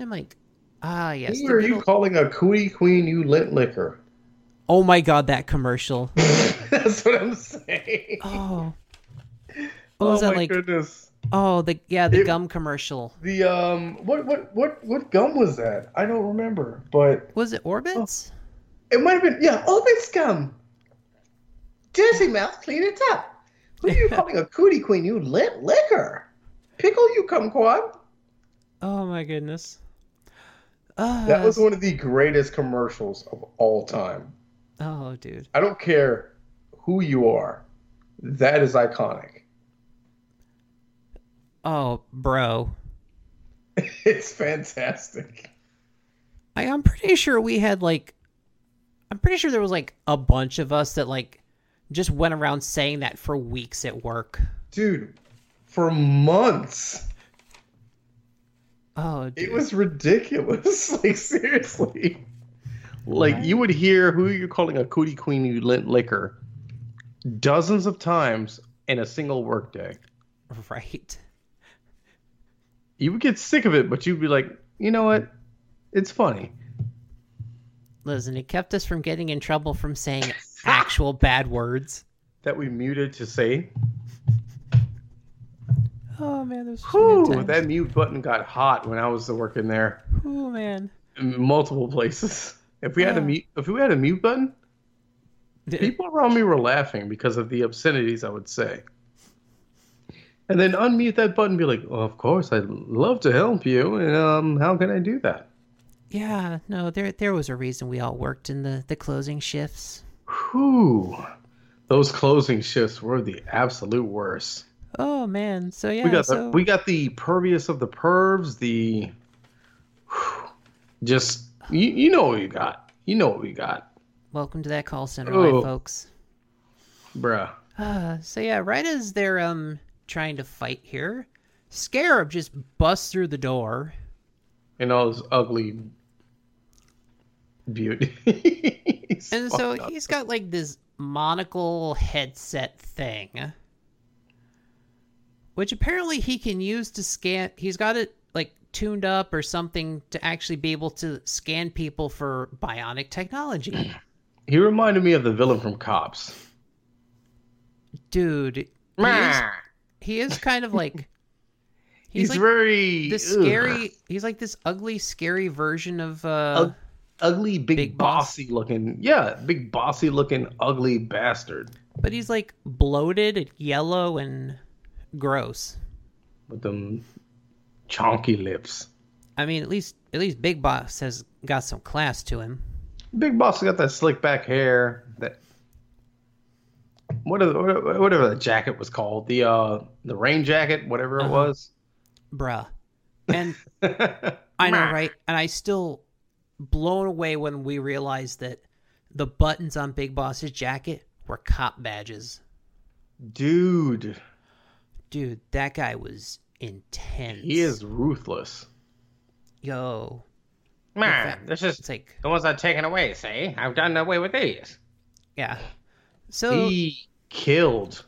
[SPEAKER 1] I'm like, "Ah, yes."
[SPEAKER 2] Who
[SPEAKER 1] the
[SPEAKER 2] are you
[SPEAKER 1] middle-
[SPEAKER 2] calling a cootie queen you lint liquor?
[SPEAKER 1] oh my god, that commercial.
[SPEAKER 2] That's what I'm saying.
[SPEAKER 1] oh, what was
[SPEAKER 2] oh
[SPEAKER 1] that
[SPEAKER 2] my
[SPEAKER 1] like?
[SPEAKER 2] goodness.
[SPEAKER 1] Oh, the yeah, the
[SPEAKER 2] It-
[SPEAKER 1] gum commercial.
[SPEAKER 2] The um, what what what what gum was that? I don't remember, but
[SPEAKER 1] Was it
[SPEAKER 2] Oh.
[SPEAKER 1] Orbitz?
[SPEAKER 2] it might have been yeah, Orbit's gum.
[SPEAKER 1] Oh.
[SPEAKER 2] Dirty mouth, clean it up. Who are you calling a cootie queen? You lit liquor, pickle you kumquat.
[SPEAKER 1] Oh, my goodness. Uh,
[SPEAKER 2] That was one of the greatest commercials of all time.
[SPEAKER 1] Oh, dude.
[SPEAKER 2] I don't care who you are. That is iconic.
[SPEAKER 1] Oh, bro.
[SPEAKER 2] It's fantastic.
[SPEAKER 1] I, I'm pretty sure we had like, I'm pretty sure there was like a bunch of us that like just went around saying that for weeks at work.
[SPEAKER 2] Dude, for months,
[SPEAKER 1] Oh, dude.
[SPEAKER 2] it was ridiculous. like, seriously. Like, you would hear who you're calling a cootie queen you lent liquor dozens of times in a single workday.
[SPEAKER 1] right.
[SPEAKER 2] You would get sick of it, but you'd be like, you know what? It's funny.
[SPEAKER 1] Listen, it kept us from getting in trouble from saying actual bad words.
[SPEAKER 2] That we muted to say.
[SPEAKER 1] Oh man, those were some good
[SPEAKER 2] Whew,
[SPEAKER 1] times.
[SPEAKER 2] that mute button got hot when I was working there.
[SPEAKER 1] Ooh, man.
[SPEAKER 2] in multiple places. If we had a mute, if we had a mute button, people around me were laughing because of the obscenities I would say. And then unmute that button, and be like, "Well, "Of course, I'd love to help you, and um, how can I do that?"
[SPEAKER 1] Yeah, no, there there was a reason we all worked in the the closing shifts.
[SPEAKER 2] Whew. Those closing shifts were the absolute worst.
[SPEAKER 1] Oh man, so yeah,
[SPEAKER 2] We got
[SPEAKER 1] so
[SPEAKER 2] the we got the pervious of the pervs, the whew, just you, you know what you got. You know what we got,
[SPEAKER 1] welcome to that call center,
[SPEAKER 2] Oh.
[SPEAKER 1] right, folks.
[SPEAKER 2] bruh.
[SPEAKER 1] Uh, so yeah, right as they're um trying to fight here, Scarab just busts through the door.
[SPEAKER 2] and all his ugly beauty. He's
[SPEAKER 1] And so
[SPEAKER 2] fucked up.
[SPEAKER 1] he's got like this monocle headset thing, which apparently he can use to scan. He's got it like tuned up or something to actually be able to scan people for bionic technology.
[SPEAKER 2] he reminded me of the villain from Cops.
[SPEAKER 1] Dude, he is, he is kind of like
[SPEAKER 2] He's,
[SPEAKER 1] he's, like
[SPEAKER 2] very
[SPEAKER 1] this
[SPEAKER 2] ugh,
[SPEAKER 1] scary. He's like this ugly, scary version of uh,
[SPEAKER 2] Ug- ugly, big,
[SPEAKER 1] Big boss.
[SPEAKER 2] bossy looking. Yeah, big bossy looking, ugly bastard
[SPEAKER 1] but he's like bloated and yellow and gross.
[SPEAKER 2] with them chonky lips.
[SPEAKER 1] I mean, at least at least Big Boss has got some class to him.
[SPEAKER 2] Big boss got that slick back hair. That whatever, whatever the jacket was called, the uh, the rain jacket, whatever
[SPEAKER 1] Uh-huh.
[SPEAKER 2] it was.
[SPEAKER 1] bruh. And I know, right? And I still blown away when we realized that the buttons on Big Boss's jacket were cop badges.
[SPEAKER 2] Dude,
[SPEAKER 1] Dude, that guy was intense.
[SPEAKER 2] he is ruthless.
[SPEAKER 1] Yo,
[SPEAKER 7] Man, this is
[SPEAKER 1] it's like,
[SPEAKER 7] the ones I've taken away, see? I've done away with these.
[SPEAKER 1] yeah. So
[SPEAKER 2] he killed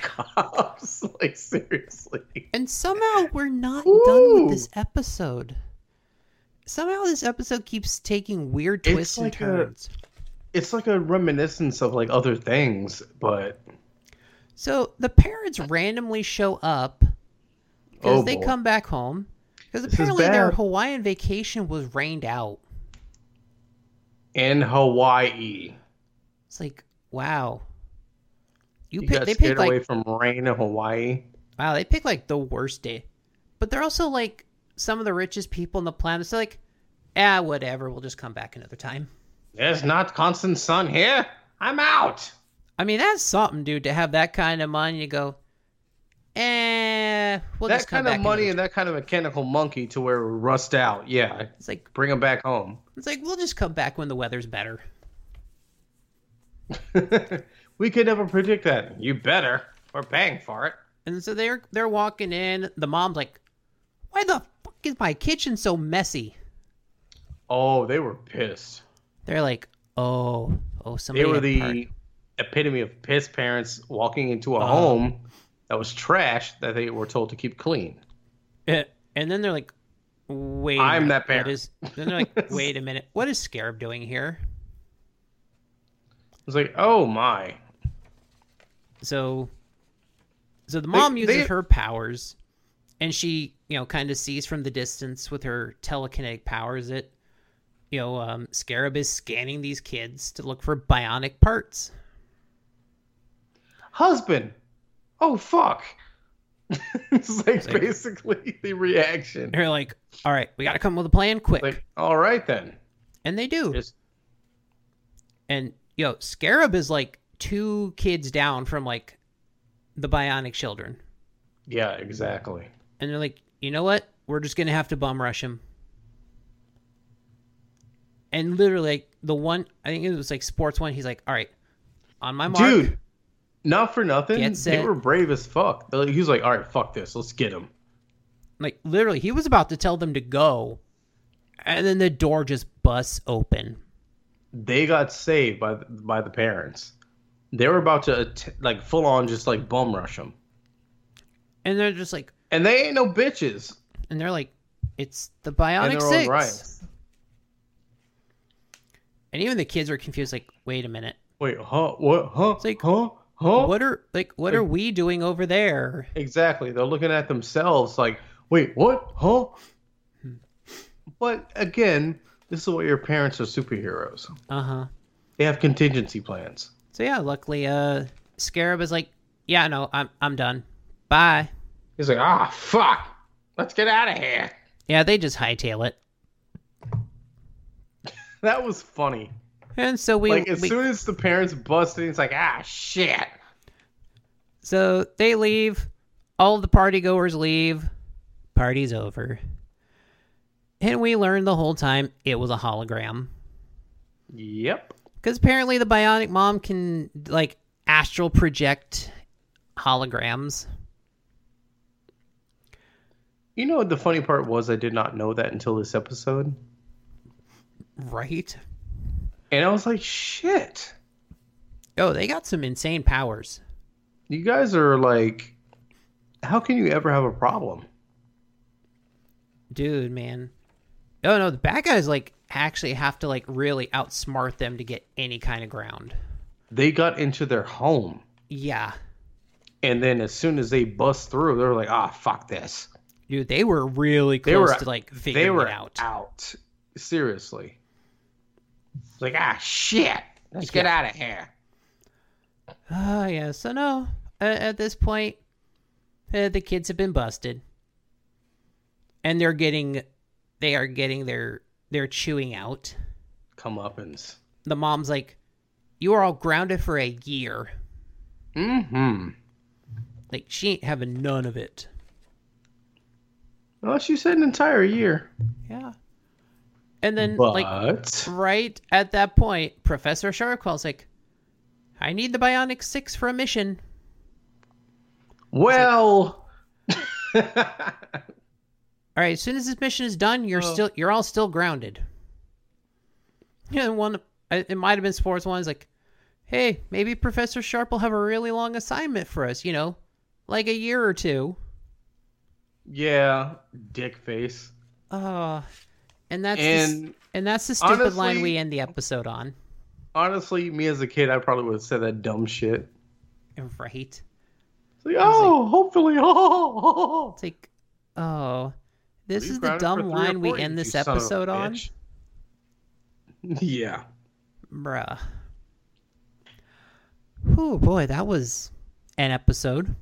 [SPEAKER 2] cops. like seriously,
[SPEAKER 1] and somehow we're not done
[SPEAKER 2] Ooh.
[SPEAKER 1] with this episode. Somehow this episode keeps taking weird
[SPEAKER 2] It's
[SPEAKER 1] twists and
[SPEAKER 2] like a-
[SPEAKER 1] turns.
[SPEAKER 2] it's like a reminiscence of like other things, but
[SPEAKER 1] So the parents randomly show up because
[SPEAKER 2] Oh,
[SPEAKER 1] they
[SPEAKER 2] boy.
[SPEAKER 1] come back home because
[SPEAKER 2] is
[SPEAKER 1] apparently their
[SPEAKER 2] bad.
[SPEAKER 1] Hawaiian vacation was rained out.
[SPEAKER 2] in Hawaii,
[SPEAKER 1] It's like wow, you,
[SPEAKER 2] you
[SPEAKER 1] pick,
[SPEAKER 2] got
[SPEAKER 1] they
[SPEAKER 2] scared
[SPEAKER 1] picked like
[SPEAKER 2] away from rain in Hawaii.
[SPEAKER 1] wow they picked like the worst day, but they're also like some of the richest people on the planet. So like ah whatever, we'll just come back another time.
[SPEAKER 2] There's not constant sun here. I'm out.
[SPEAKER 1] I mean that's something, dude, to have that kind of money. You go, eh, we'll
[SPEAKER 2] that
[SPEAKER 1] just come
[SPEAKER 2] kind
[SPEAKER 1] back
[SPEAKER 2] of money
[SPEAKER 1] another
[SPEAKER 2] and that kind of mechanical monkey to where we rust out. Yeah,
[SPEAKER 1] It's like
[SPEAKER 2] bring him back home.
[SPEAKER 1] it's like we'll just come back when the weather's better.
[SPEAKER 2] we could never predict that. You better. We're paying for it.
[SPEAKER 1] And so they're they're walking in. The mom's like, "Why the fuck is my kitchen so messy?"
[SPEAKER 2] Oh, they were pissed.
[SPEAKER 1] They're like, "Oh, oh, somebody."
[SPEAKER 2] They were
[SPEAKER 1] had
[SPEAKER 2] the
[SPEAKER 1] party."
[SPEAKER 2] epitome of piss parents walking into a home that was trash that they were told to keep clean.
[SPEAKER 1] Eh, And then they're like, "Wait, a
[SPEAKER 2] I'm
[SPEAKER 1] minute,
[SPEAKER 2] that
[SPEAKER 1] what
[SPEAKER 2] parent."
[SPEAKER 1] is- then they're like, "Wait a minute, what is Scarab doing here?"
[SPEAKER 2] It's like, oh my.
[SPEAKER 1] So, so the mom
[SPEAKER 2] They-
[SPEAKER 1] uses
[SPEAKER 2] they-
[SPEAKER 1] her powers and she you know kind of sees from the distance with her telekinetic powers that you know um, scarab is scanning these kids to look for bionic parts
[SPEAKER 2] Husband. Oh fuck. it's like basically the reaction.
[SPEAKER 1] they're like all right we gotta come up with a plan quick
[SPEAKER 2] Like, all right then.
[SPEAKER 1] and they do
[SPEAKER 2] Just
[SPEAKER 1] and yo scarab is like two kids down from like the bionic children
[SPEAKER 2] yeah, exactly.
[SPEAKER 1] and they're like, you know what? We're just gonna have to bum rush him. And literally, like, the one I think it was like sports one. He's like, all right, on my mark,
[SPEAKER 2] Dude, not for
[SPEAKER 1] Get
[SPEAKER 2] nothing. They
[SPEAKER 1] set.
[SPEAKER 2] were brave as fuck. They're like- He was like, all right, fuck this. Let's get him.
[SPEAKER 1] like literally, he was about to tell them to go, and then the door just busts open.
[SPEAKER 2] They got saved by the, by the parents. They were about to att- like full on just like bum rush him.
[SPEAKER 1] And they're just like,
[SPEAKER 2] And they ain't no bitches.
[SPEAKER 1] and they're like, it's the
[SPEAKER 2] And
[SPEAKER 1] Bionic
[SPEAKER 2] they're
[SPEAKER 1] Six.
[SPEAKER 2] all right.
[SPEAKER 1] And even the kids are confused. Like, wait a minute,
[SPEAKER 2] Wait, huh? What? Huh?
[SPEAKER 1] like,
[SPEAKER 2] huh? Huh?
[SPEAKER 1] what are like, what are we doing over there?
[SPEAKER 2] Exactly. They're looking at themselves like, wait, what? Huh? But again, this is why your parents are superheroes.
[SPEAKER 1] Uh huh.
[SPEAKER 2] They have contingency plans.
[SPEAKER 1] So yeah, luckily, uh, Scarab is like, yeah, no, I'm I'm done. Bye.
[SPEAKER 2] He's like, ah, fuck.
[SPEAKER 7] Let's get out of here.
[SPEAKER 1] Yeah, they just hightail it,
[SPEAKER 2] That was funny.
[SPEAKER 1] and so we,
[SPEAKER 2] Like, as
[SPEAKER 1] we-
[SPEAKER 2] soon as the parents busted, it's like, ah, shit.
[SPEAKER 1] so they leave. All of the party goers leave. Party's over. And we learned the whole time it was a hologram,
[SPEAKER 2] Yep.
[SPEAKER 1] because apparently the bionic mom can like astral project holograms.
[SPEAKER 2] You know what the funny part was? I did not know that until this episode.
[SPEAKER 1] Right?
[SPEAKER 2] And I was like, shit.
[SPEAKER 1] Oh, they got some insane powers.
[SPEAKER 2] You guys are like, how can you ever have a problem?
[SPEAKER 1] dude man oh no the bad guys like actually have to like really outsmart them to get any kind of ground
[SPEAKER 2] They got into their home.
[SPEAKER 1] yeah
[SPEAKER 2] And then as soon as they bust through, they were like, ah, fuck this.
[SPEAKER 1] dude they were really
[SPEAKER 2] They
[SPEAKER 1] close
[SPEAKER 2] were-
[SPEAKER 1] to like figuring
[SPEAKER 2] They were
[SPEAKER 1] it out
[SPEAKER 2] out. Seriously.
[SPEAKER 7] It's like, ah, shit. Let's get out of here.
[SPEAKER 1] oh yeah so no uh, at this point uh, the kids have been busted and they're getting they are getting their their chewing out
[SPEAKER 2] Comeuppance.
[SPEAKER 1] the mom's like you are all grounded for a year
[SPEAKER 2] Mm-hmm.
[SPEAKER 1] like she ain't having none of it
[SPEAKER 2] Well, she said an entire year.
[SPEAKER 1] yeah and then
[SPEAKER 2] But
[SPEAKER 1] like right at that point, Professor Sharkwell's like, I need the Bionic Six for a mission.
[SPEAKER 2] well,
[SPEAKER 1] All right, as soon as this mission is done, you're still you're all still grounded. Yeah, and one I- it might have been Sports One is like, hey, maybe Professor Sharp will have a really long assignment for us. You know, like a year or two.
[SPEAKER 2] yeah, dick face.
[SPEAKER 1] Uh, and that's the,
[SPEAKER 2] And
[SPEAKER 1] s- and that's the stupid line
[SPEAKER 2] honestly-
[SPEAKER 1] we end the episode on,
[SPEAKER 2] honestly, me as a kid, I probably would have said that dumb shit.
[SPEAKER 1] right?
[SPEAKER 2] It's like, oh, hopefully, oh,
[SPEAKER 1] It's like, oh, this
[SPEAKER 2] You
[SPEAKER 1] is the
[SPEAKER 2] grounded for
[SPEAKER 1] dumb
[SPEAKER 2] three or
[SPEAKER 1] line
[SPEAKER 2] four,
[SPEAKER 1] we
[SPEAKER 2] you
[SPEAKER 1] end this
[SPEAKER 2] son of a
[SPEAKER 1] episode on,
[SPEAKER 2] bitch. Yeah,
[SPEAKER 1] bruh. Oh boy, that was an episode.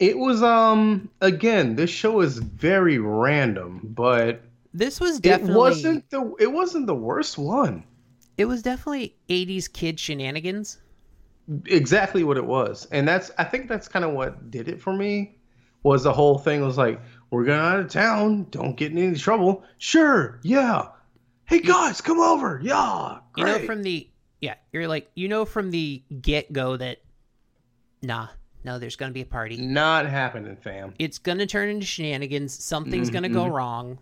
[SPEAKER 2] it was. Um, again, this show is very random, but
[SPEAKER 1] This was definitely
[SPEAKER 2] it wasn't the it wasn't the worst one.
[SPEAKER 1] it was definitely '80s kid shenanigans.
[SPEAKER 2] exactly what it was and that's i think that's kind of what did it for me was the whole thing was like we're going out of town don't get in any trouble sure yeah hey guys come over yeah
[SPEAKER 1] You know,
[SPEAKER 2] great."
[SPEAKER 1] from the yeah, you're like you know from the get go that nah, no, there's gonna be a party.
[SPEAKER 2] not happening fam
[SPEAKER 1] It's gonna turn into shenanigans. Something's gonna
[SPEAKER 2] Mm-hmm.
[SPEAKER 1] go wrong,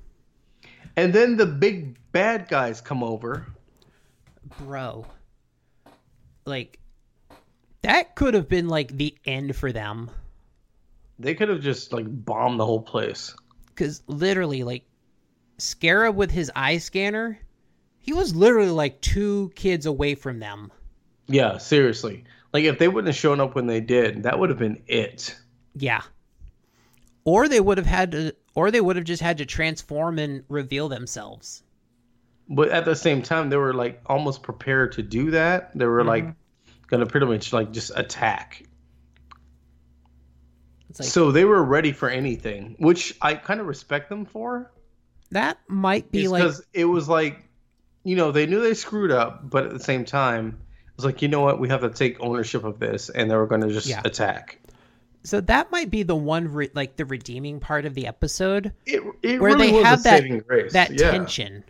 [SPEAKER 2] and then the big bad guys come over
[SPEAKER 1] bro. Like that could have been like the end for them.
[SPEAKER 2] they could have just like bombed the whole place
[SPEAKER 1] because literally, like, Scarab with his eye scanner, he was literally like two kids away from them.
[SPEAKER 2] yeah seriously like if they wouldn't have shown up when they did that would have been it
[SPEAKER 1] Yeah. or they would have had to, or they would have just had to transform and reveal themselves.
[SPEAKER 2] But at the same time, they were like almost prepared to do that. They were like
[SPEAKER 1] Mm-hmm.
[SPEAKER 2] gonna pretty much like just attack.
[SPEAKER 1] It's like
[SPEAKER 2] so they were ready for anything, which I kind of respect them for.
[SPEAKER 1] that might be like
[SPEAKER 2] because it was like, you know, they knew they screwed up, but at the same time, it was like, you know what, we have to take ownership of this, and they were going to just
[SPEAKER 1] Yeah.
[SPEAKER 2] attack.
[SPEAKER 1] so that might be the one re- like the redeeming part of the episode
[SPEAKER 2] It, it
[SPEAKER 1] where
[SPEAKER 2] really
[SPEAKER 1] they
[SPEAKER 2] was
[SPEAKER 1] have
[SPEAKER 2] a
[SPEAKER 1] that
[SPEAKER 2] saving grace.
[SPEAKER 1] that
[SPEAKER 2] yeah.
[SPEAKER 1] tension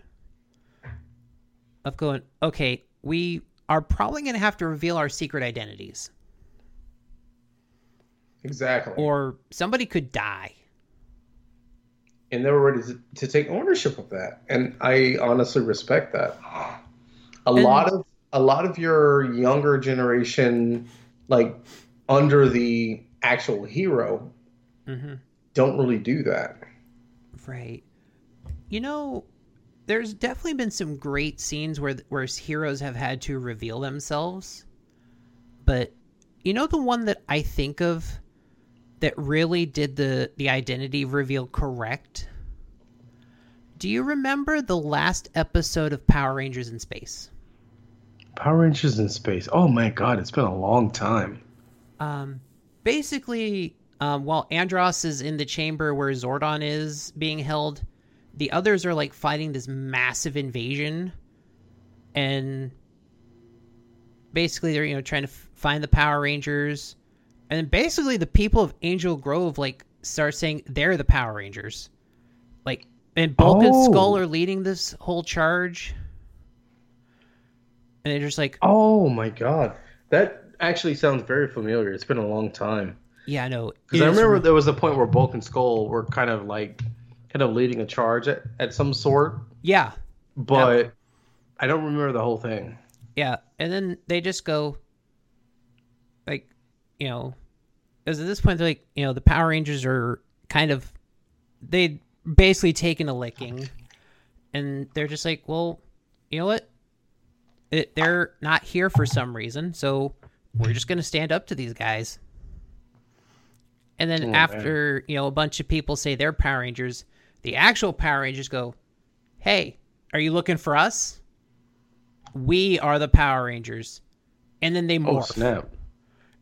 [SPEAKER 1] of going okay we are probably going to have to reveal our secret identities
[SPEAKER 2] exactly.
[SPEAKER 1] or somebody could die
[SPEAKER 2] and they were ready to, to take ownership of that, and I honestly respect that. A
[SPEAKER 1] And-
[SPEAKER 2] lot of a lot of your younger generation, like under the actual hero,
[SPEAKER 1] Mhm.
[SPEAKER 2] don't really do that.
[SPEAKER 1] right you know there's definitely been some great scenes where where heroes have had to reveal themselves but you know the one that i think of that really did the the identity reveal correct do you remember the last episode of power rangers in space
[SPEAKER 2] Power Rangers in space. Oh my god, it's been a long time.
[SPEAKER 1] Um, basically, um, while Andros is in the chamber where Zordon is being held, the others are like fighting this massive invasion, and basically they're you know trying to f- find the Power Rangers, and then basically the people of Angel Grove like start saying they're the Power Rangers, like and Bulk
[SPEAKER 2] Oh.
[SPEAKER 1] and Skull are leading this whole charge, and they're just like,
[SPEAKER 2] Oh my god, that actually sounds very familiar. It's been a long time
[SPEAKER 1] yeah, no,
[SPEAKER 2] because I
[SPEAKER 1] it's
[SPEAKER 2] remember there was a point where Bulk and Skull were kind of like, kind of leading a charge at, at some sort,
[SPEAKER 1] yeah,
[SPEAKER 2] but I don't remember the whole thing.
[SPEAKER 1] Yeah, and then they just go, like, you know, because at this point they're like, you know, the Power Rangers are kind of, they basically taken a licking, and they're just like, well, you know what, it, they're not here for some reason, so we're just gonna stand up to these guys. And then after you know a bunch of people say they're Power Rangers, the actual Power Rangers go, "Hey, are you looking for us?" we are the Power Rangers. And then they
[SPEAKER 2] Oh
[SPEAKER 1] morph.
[SPEAKER 2] snap!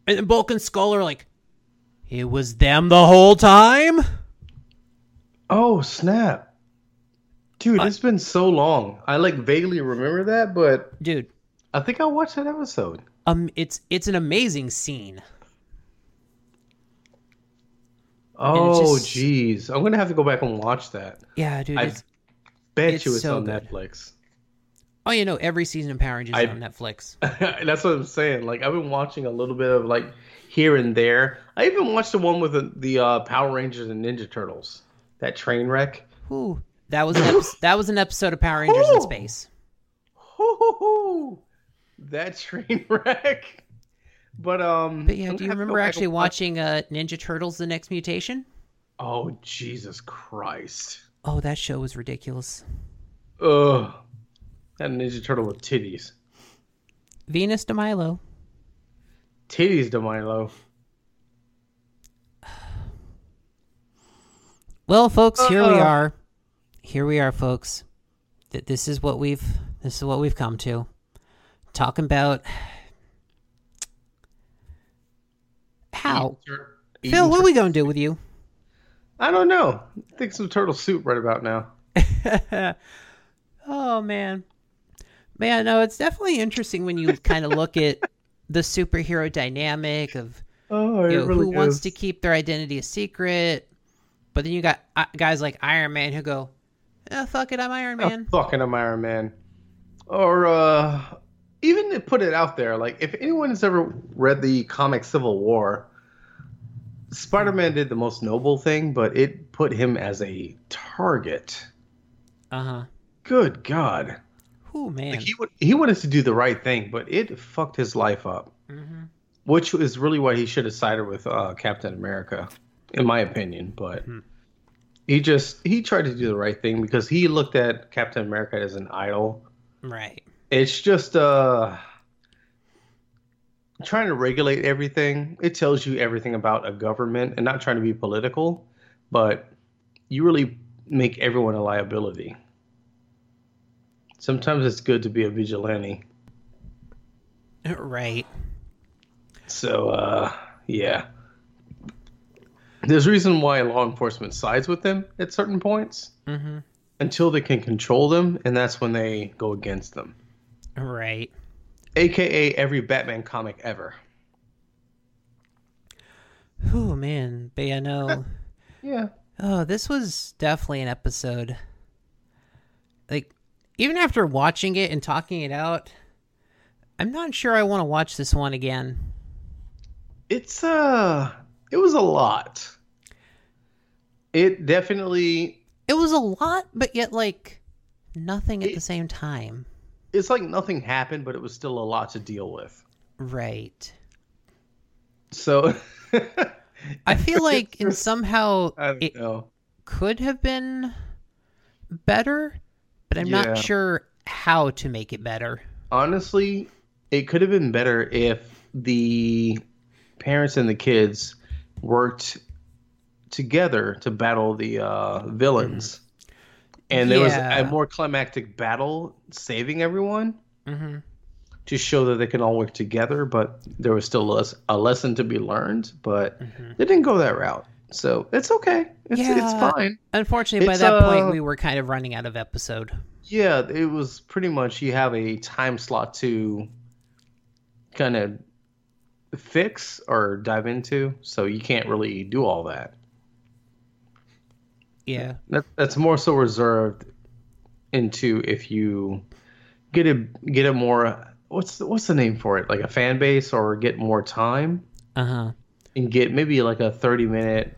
[SPEAKER 1] and then Bulk and Skull are like, it was them the whole time?
[SPEAKER 2] Oh snap! Dude, it's been so long. I like vaguely remember that, but
[SPEAKER 1] Dude,
[SPEAKER 2] I think I watched that episode.
[SPEAKER 1] um, it's it's an amazing scene.
[SPEAKER 2] Oh
[SPEAKER 1] just-
[SPEAKER 2] jeez, I'm gonna have to go back and watch that.
[SPEAKER 1] Yeah, dude.
[SPEAKER 2] I
[SPEAKER 1] It's,
[SPEAKER 2] bet
[SPEAKER 1] it's
[SPEAKER 2] you it's
[SPEAKER 1] so
[SPEAKER 2] on
[SPEAKER 1] good.
[SPEAKER 2] Netflix.
[SPEAKER 1] oh, you know, every season of Power Rangers is
[SPEAKER 2] I-
[SPEAKER 1] on Netflix.
[SPEAKER 2] That's what I'm saying. Like I've been watching a little bit of like here and there. I even watched the one with the, the uh, Power Rangers and Ninja Turtles. That train wreck.
[SPEAKER 1] Ooh, that was an epi- that was an episode of Power Rangers in
[SPEAKER 2] Ooh.
[SPEAKER 1] Space.
[SPEAKER 2] Hoo-hoo-hoo! That train wreck. But um.
[SPEAKER 1] But yeah,
[SPEAKER 2] I'm
[SPEAKER 1] do
[SPEAKER 2] gonna
[SPEAKER 1] you
[SPEAKER 2] have to
[SPEAKER 1] remember
[SPEAKER 2] go back
[SPEAKER 1] actually
[SPEAKER 2] and watch-
[SPEAKER 1] watching uh, Ninja Turtles: The Next Mutation?
[SPEAKER 2] Oh Jesus Christ!
[SPEAKER 1] Oh, that show was ridiculous.
[SPEAKER 2] Ugh. That Ninja Turtle with titties.
[SPEAKER 1] Venus de Milo.
[SPEAKER 2] Titties to Milo.
[SPEAKER 1] Well, folks, here we are. Here we are, folks. Th- This is what we've this is what we've come to. Talking about how
[SPEAKER 2] Tur-
[SPEAKER 1] Phil, what are we gonna do with you?
[SPEAKER 2] I don't know. I think some turtle soup right about now.
[SPEAKER 1] Oh man, man, no, it's definitely interesting when you kind of look at the superhero dynamic of
[SPEAKER 2] Oh, it
[SPEAKER 1] you know,
[SPEAKER 2] really
[SPEAKER 1] who wants
[SPEAKER 2] is.
[SPEAKER 1] to keep their identity a secret, but then you got uh, guys like Iron Man who go, "Eh, "Fuck it, I'm Iron
[SPEAKER 2] Oh,
[SPEAKER 1] Man."
[SPEAKER 2] fucking I'm Iron Man. Or uh even to put it out there, like if anyone has ever read the comic Civil War, Spider Man did the most noble thing, but it put him as a target.
[SPEAKER 1] Uh huh.
[SPEAKER 2] Good God.
[SPEAKER 1] Oh man.
[SPEAKER 2] Like he would, he wanted to do the right thing, but it fucked his life up.
[SPEAKER 1] Mm-hmm.
[SPEAKER 2] Which is really why he should have sided with uh, Captain America, in my opinion. But he just he tried to do the right thing because he looked at Captain America as an idol.
[SPEAKER 1] Right.
[SPEAKER 2] it's just uh trying to regulate everything it tells you everything about a government and not trying to be political but you really make everyone a liability. Sometimes it's good to be a vigilante.
[SPEAKER 1] right.
[SPEAKER 2] So uh, yeah, there's a reason why law enforcement sides with them at certain points
[SPEAKER 1] hmm
[SPEAKER 2] until they can control them, and that's when they go against them.
[SPEAKER 1] Right.
[SPEAKER 2] AKA every Batman comic ever.
[SPEAKER 1] Oh man, but yeah, no.
[SPEAKER 2] Yeah.
[SPEAKER 1] Oh, this was definitely an episode. Like, even after watching it and talking it out, I'm not sure I want to watch this one again.
[SPEAKER 2] It's uh it was a lot. It definitely
[SPEAKER 1] It was a lot, but yet like nothing at
[SPEAKER 2] It-
[SPEAKER 1] the same time.
[SPEAKER 2] it's like nothing happened, but it was still a lot to deal with.
[SPEAKER 1] Right.
[SPEAKER 2] So
[SPEAKER 1] I feel like in somehow
[SPEAKER 2] I don't
[SPEAKER 1] it
[SPEAKER 2] know.
[SPEAKER 1] could have been better, but I'm
[SPEAKER 2] Yeah.
[SPEAKER 1] not sure how to make it better.
[SPEAKER 2] honestly, it could have been better if the parents and the kids worked together to battle the uh, villains. And there was
[SPEAKER 1] Mm-hmm. Yeah.
[SPEAKER 2] a more climactic battle saving everyone Mm-hmm.
[SPEAKER 1] hmm
[SPEAKER 2] to show that they can all work together, but there was still less, a lesson to be learned, but they didn't go that route. So it's okay. It's, it's
[SPEAKER 1] Yeah.
[SPEAKER 2] fine.
[SPEAKER 1] Unfortunately, by
[SPEAKER 2] It's,
[SPEAKER 1] that
[SPEAKER 2] uh,
[SPEAKER 1] point, we were kind of running out of episode.
[SPEAKER 2] Yeah, it was pretty much you have a time slot to kind of fix or dive into, so you can't really do all that.
[SPEAKER 1] Yeah.
[SPEAKER 2] that that's more so reserved into if you get a get a more what's the, what's the name for it like a fan base or get more time
[SPEAKER 1] Uh huh.
[SPEAKER 2] and get maybe like a 30 minute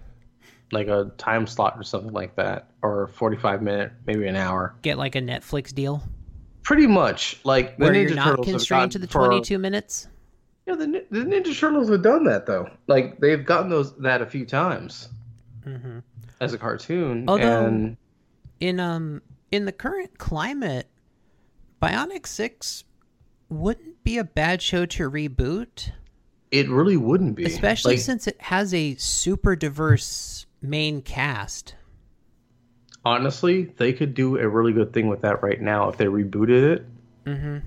[SPEAKER 2] like a time slot or something like that or 45 minute maybe an hour
[SPEAKER 1] Get like a Netflix deal
[SPEAKER 2] pretty much like the
[SPEAKER 1] where
[SPEAKER 2] Ninja
[SPEAKER 1] you're not
[SPEAKER 2] Turtles have gotten
[SPEAKER 1] constrained to the
[SPEAKER 2] for-
[SPEAKER 1] 22 minutes.
[SPEAKER 2] Yeah, the, Nin- the Ninja Turtles have done that though. Like they've gotten those that a few times
[SPEAKER 1] hmm
[SPEAKER 2] as a cartoon,
[SPEAKER 1] Although-
[SPEAKER 2] and
[SPEAKER 1] In um in the current climate, Bionic Six wouldn't be a bad show to reboot,
[SPEAKER 2] it really wouldn't be.
[SPEAKER 1] especially
[SPEAKER 2] Like,
[SPEAKER 1] since it has a super diverse main cast.
[SPEAKER 2] honestly, they could do a really good thing with that right now if they rebooted it.
[SPEAKER 1] Mm-hmm.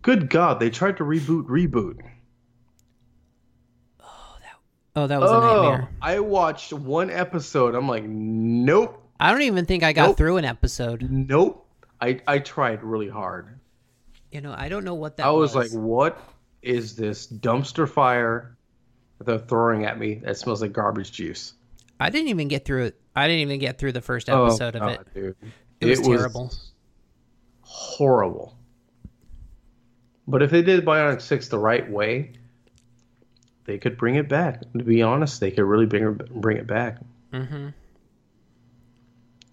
[SPEAKER 2] Good God, they tried to reboot reboot.
[SPEAKER 1] Oh, that was a
[SPEAKER 2] Oh,
[SPEAKER 1] nightmare.
[SPEAKER 2] I watched one episode. I'm like, nope,
[SPEAKER 1] I don't even think I got
[SPEAKER 2] Nope.
[SPEAKER 1] through an episode.
[SPEAKER 2] nope. I I tried really hard.
[SPEAKER 1] You know, I don't know what that
[SPEAKER 2] I was, like, what is this dumpster fire that they're throwing at me that smells like garbage juice?
[SPEAKER 1] I didn't even get through it. I didn't even get through the first
[SPEAKER 2] Oh,
[SPEAKER 1] episode of
[SPEAKER 2] God,
[SPEAKER 1] it.
[SPEAKER 2] Dude.
[SPEAKER 1] It was terrible.
[SPEAKER 2] horrible. But if they did Bionic Six the right way, they could bring it back. To be honest, they could really bring bring it back.
[SPEAKER 1] Mm-hmm.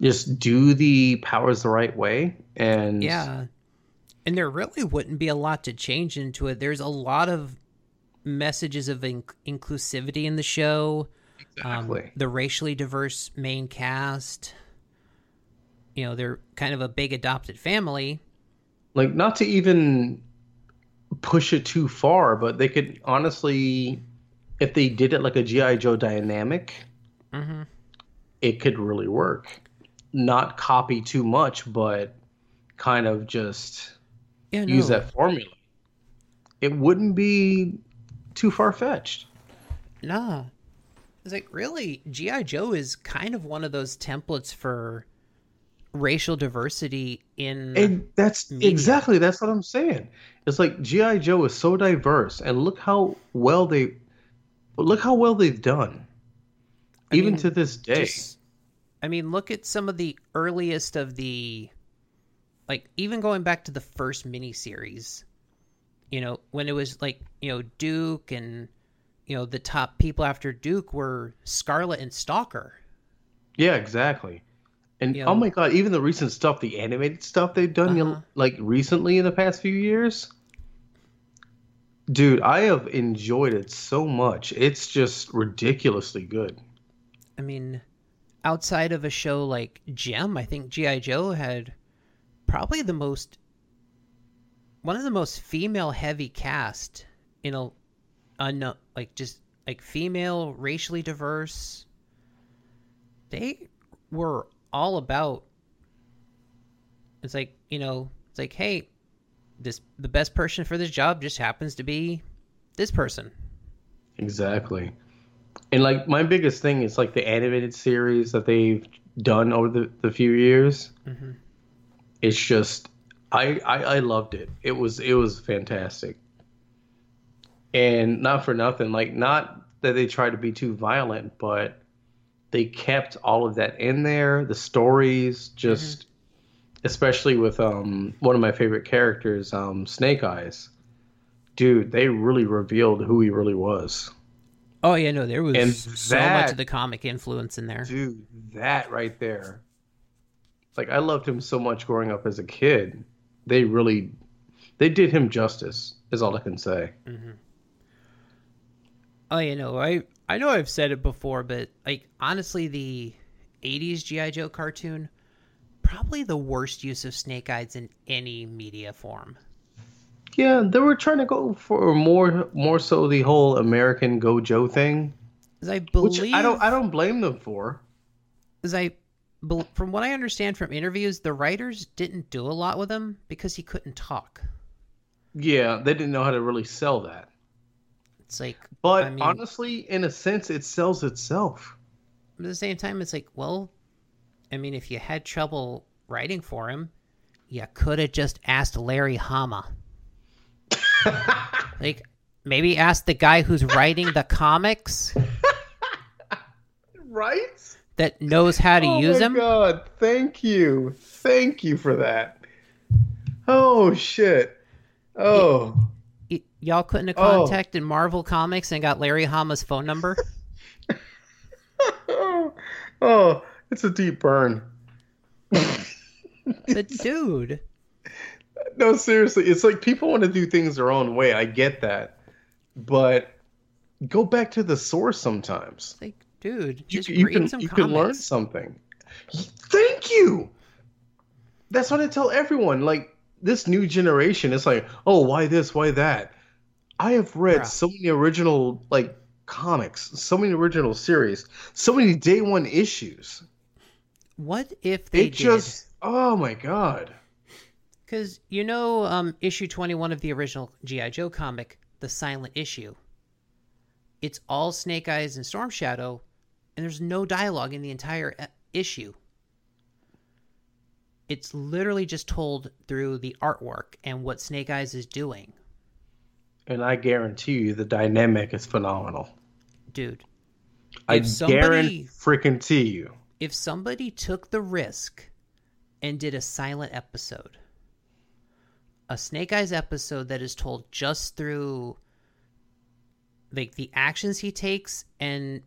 [SPEAKER 2] Just do the powers the right way, and
[SPEAKER 1] Yeah. And there really wouldn't be a lot to change into it. There's a lot of messages of in- inclusivity in the show, um,
[SPEAKER 2] exactly.
[SPEAKER 1] the racially diverse main cast. You know, they're kind of a big adopted family.
[SPEAKER 2] like not to even push it too far, but they could honestly, if they did it like a GI Joe dynamic,
[SPEAKER 1] Mhm.
[SPEAKER 2] it could really work. Not copy too much, but kind of just
[SPEAKER 1] Yeah,
[SPEAKER 2] use
[SPEAKER 1] no,
[SPEAKER 2] that formula. It wouldn't be too far fetched.
[SPEAKER 1] Nah. It's like, really, G.I. Joe is kind of one of those templates for racial diversity in.
[SPEAKER 2] And that's
[SPEAKER 1] Media.
[SPEAKER 2] exactly that's what I'm saying. It's like GI Joe is so diverse, and look how well they, look how well they've done,
[SPEAKER 1] I
[SPEAKER 2] even
[SPEAKER 1] mean,
[SPEAKER 2] to this day.
[SPEAKER 1] just- I mean, look at some of the earliest of the, like even going back to the first miniseries, you know, when it was like you know Duke and, you know, the top people after Duke were Scarlet and Stalker.
[SPEAKER 2] Yeah, exactly. And
[SPEAKER 1] Yeah.
[SPEAKER 2] oh my god, even the recent stuff, the animated stuff they've done you know,
[SPEAKER 1] Uh-huh.
[SPEAKER 2] like recently in the past few years. Dude, I have enjoyed it so much. It's just ridiculously good.
[SPEAKER 1] I mean, outside of a show like Gem, I think GI Joe had probably the most, one of the most female heavy cast in a, unknown like just like female racially diverse. they were all about it's like you know it's like hey this the best person for this job just happens to be this person
[SPEAKER 2] Exactly. And like my biggest thing is like the animated series that they've done over the, the few years. It's just I, I I loved it. It was it was fantastic. And not for nothing, like not that they tried to be too violent, but they kept all of that in there. The stories just especially with um one of my favorite characters, um Snake Eyes. Dude, they really revealed who he really was.
[SPEAKER 1] oh yeah no there was
[SPEAKER 2] And
[SPEAKER 1] so much
[SPEAKER 2] that-
[SPEAKER 1] of the comic influence in there
[SPEAKER 2] dude, that right there. Like I loved him so much growing up as a kid. They really, they did him justice. Is all I can say.
[SPEAKER 1] oh yeah no i i know i've said it before but like honestly the 80s gi joe cartoon probably the worst use of snake eyes in any media form
[SPEAKER 2] Yeah, they were trying to go for more, more so the whole American Gojo thing,
[SPEAKER 1] 'Cause i
[SPEAKER 2] which
[SPEAKER 1] believe
[SPEAKER 2] I don't, I don't blame them for.
[SPEAKER 1] as I, bel- from what I understand from interviews, the writers didn't do a lot with him because he couldn't talk.
[SPEAKER 2] Yeah, they didn't know how to really sell that.
[SPEAKER 1] It's like,
[SPEAKER 2] But
[SPEAKER 1] I mean,
[SPEAKER 2] honestly, in a sense, it sells itself.
[SPEAKER 1] at the same time, it's like, well, I mean, if you had trouble writing for him, you could have just asked Larry Hama. like, maybe ask the guy who's writing the comics
[SPEAKER 2] Right?
[SPEAKER 1] that knows how to use
[SPEAKER 2] Oh my
[SPEAKER 1] him.
[SPEAKER 2] God, thank you. Thank you for that. Oh shit. Oh.
[SPEAKER 1] Y- y'all couldn't have
[SPEAKER 2] Oh.
[SPEAKER 1] contacted Marvel Comics and got Larry Hama's phone number.
[SPEAKER 2] oh. Oh, it's a deep burn.
[SPEAKER 1] the dude.
[SPEAKER 2] No, seriously, it's like people want to do things their own way. I get that. But go back to the source sometimes.
[SPEAKER 1] It's like, dude,
[SPEAKER 2] You,
[SPEAKER 1] just
[SPEAKER 2] you
[SPEAKER 1] read
[SPEAKER 2] can
[SPEAKER 1] some
[SPEAKER 2] you
[SPEAKER 1] comics.
[SPEAKER 2] can learn something. Thank you. That's what I tell everyone. Like this new generation, it's like, oh, why this, why that. I have read
[SPEAKER 1] Bruh.
[SPEAKER 2] so many original like comics, so many original series, so many day one issues.
[SPEAKER 1] What if they
[SPEAKER 2] it just, oh my god.
[SPEAKER 1] Because you know, um, issue twenty-one of the original GI Joe comic, the silent issue. It's all Snake Eyes and Storm Shadow, and there's no dialogue in the entire uh, issue. It's literally just told through the artwork and what Snake Eyes is doing,
[SPEAKER 2] And I guarantee you, the dynamic is phenomenal.
[SPEAKER 1] dude.
[SPEAKER 2] I
[SPEAKER 1] If somebody-
[SPEAKER 2] guarantee freaking to you.
[SPEAKER 1] if somebody took the risk and did a silent episode, a Snake Eyes episode that is told just through like the actions he takes and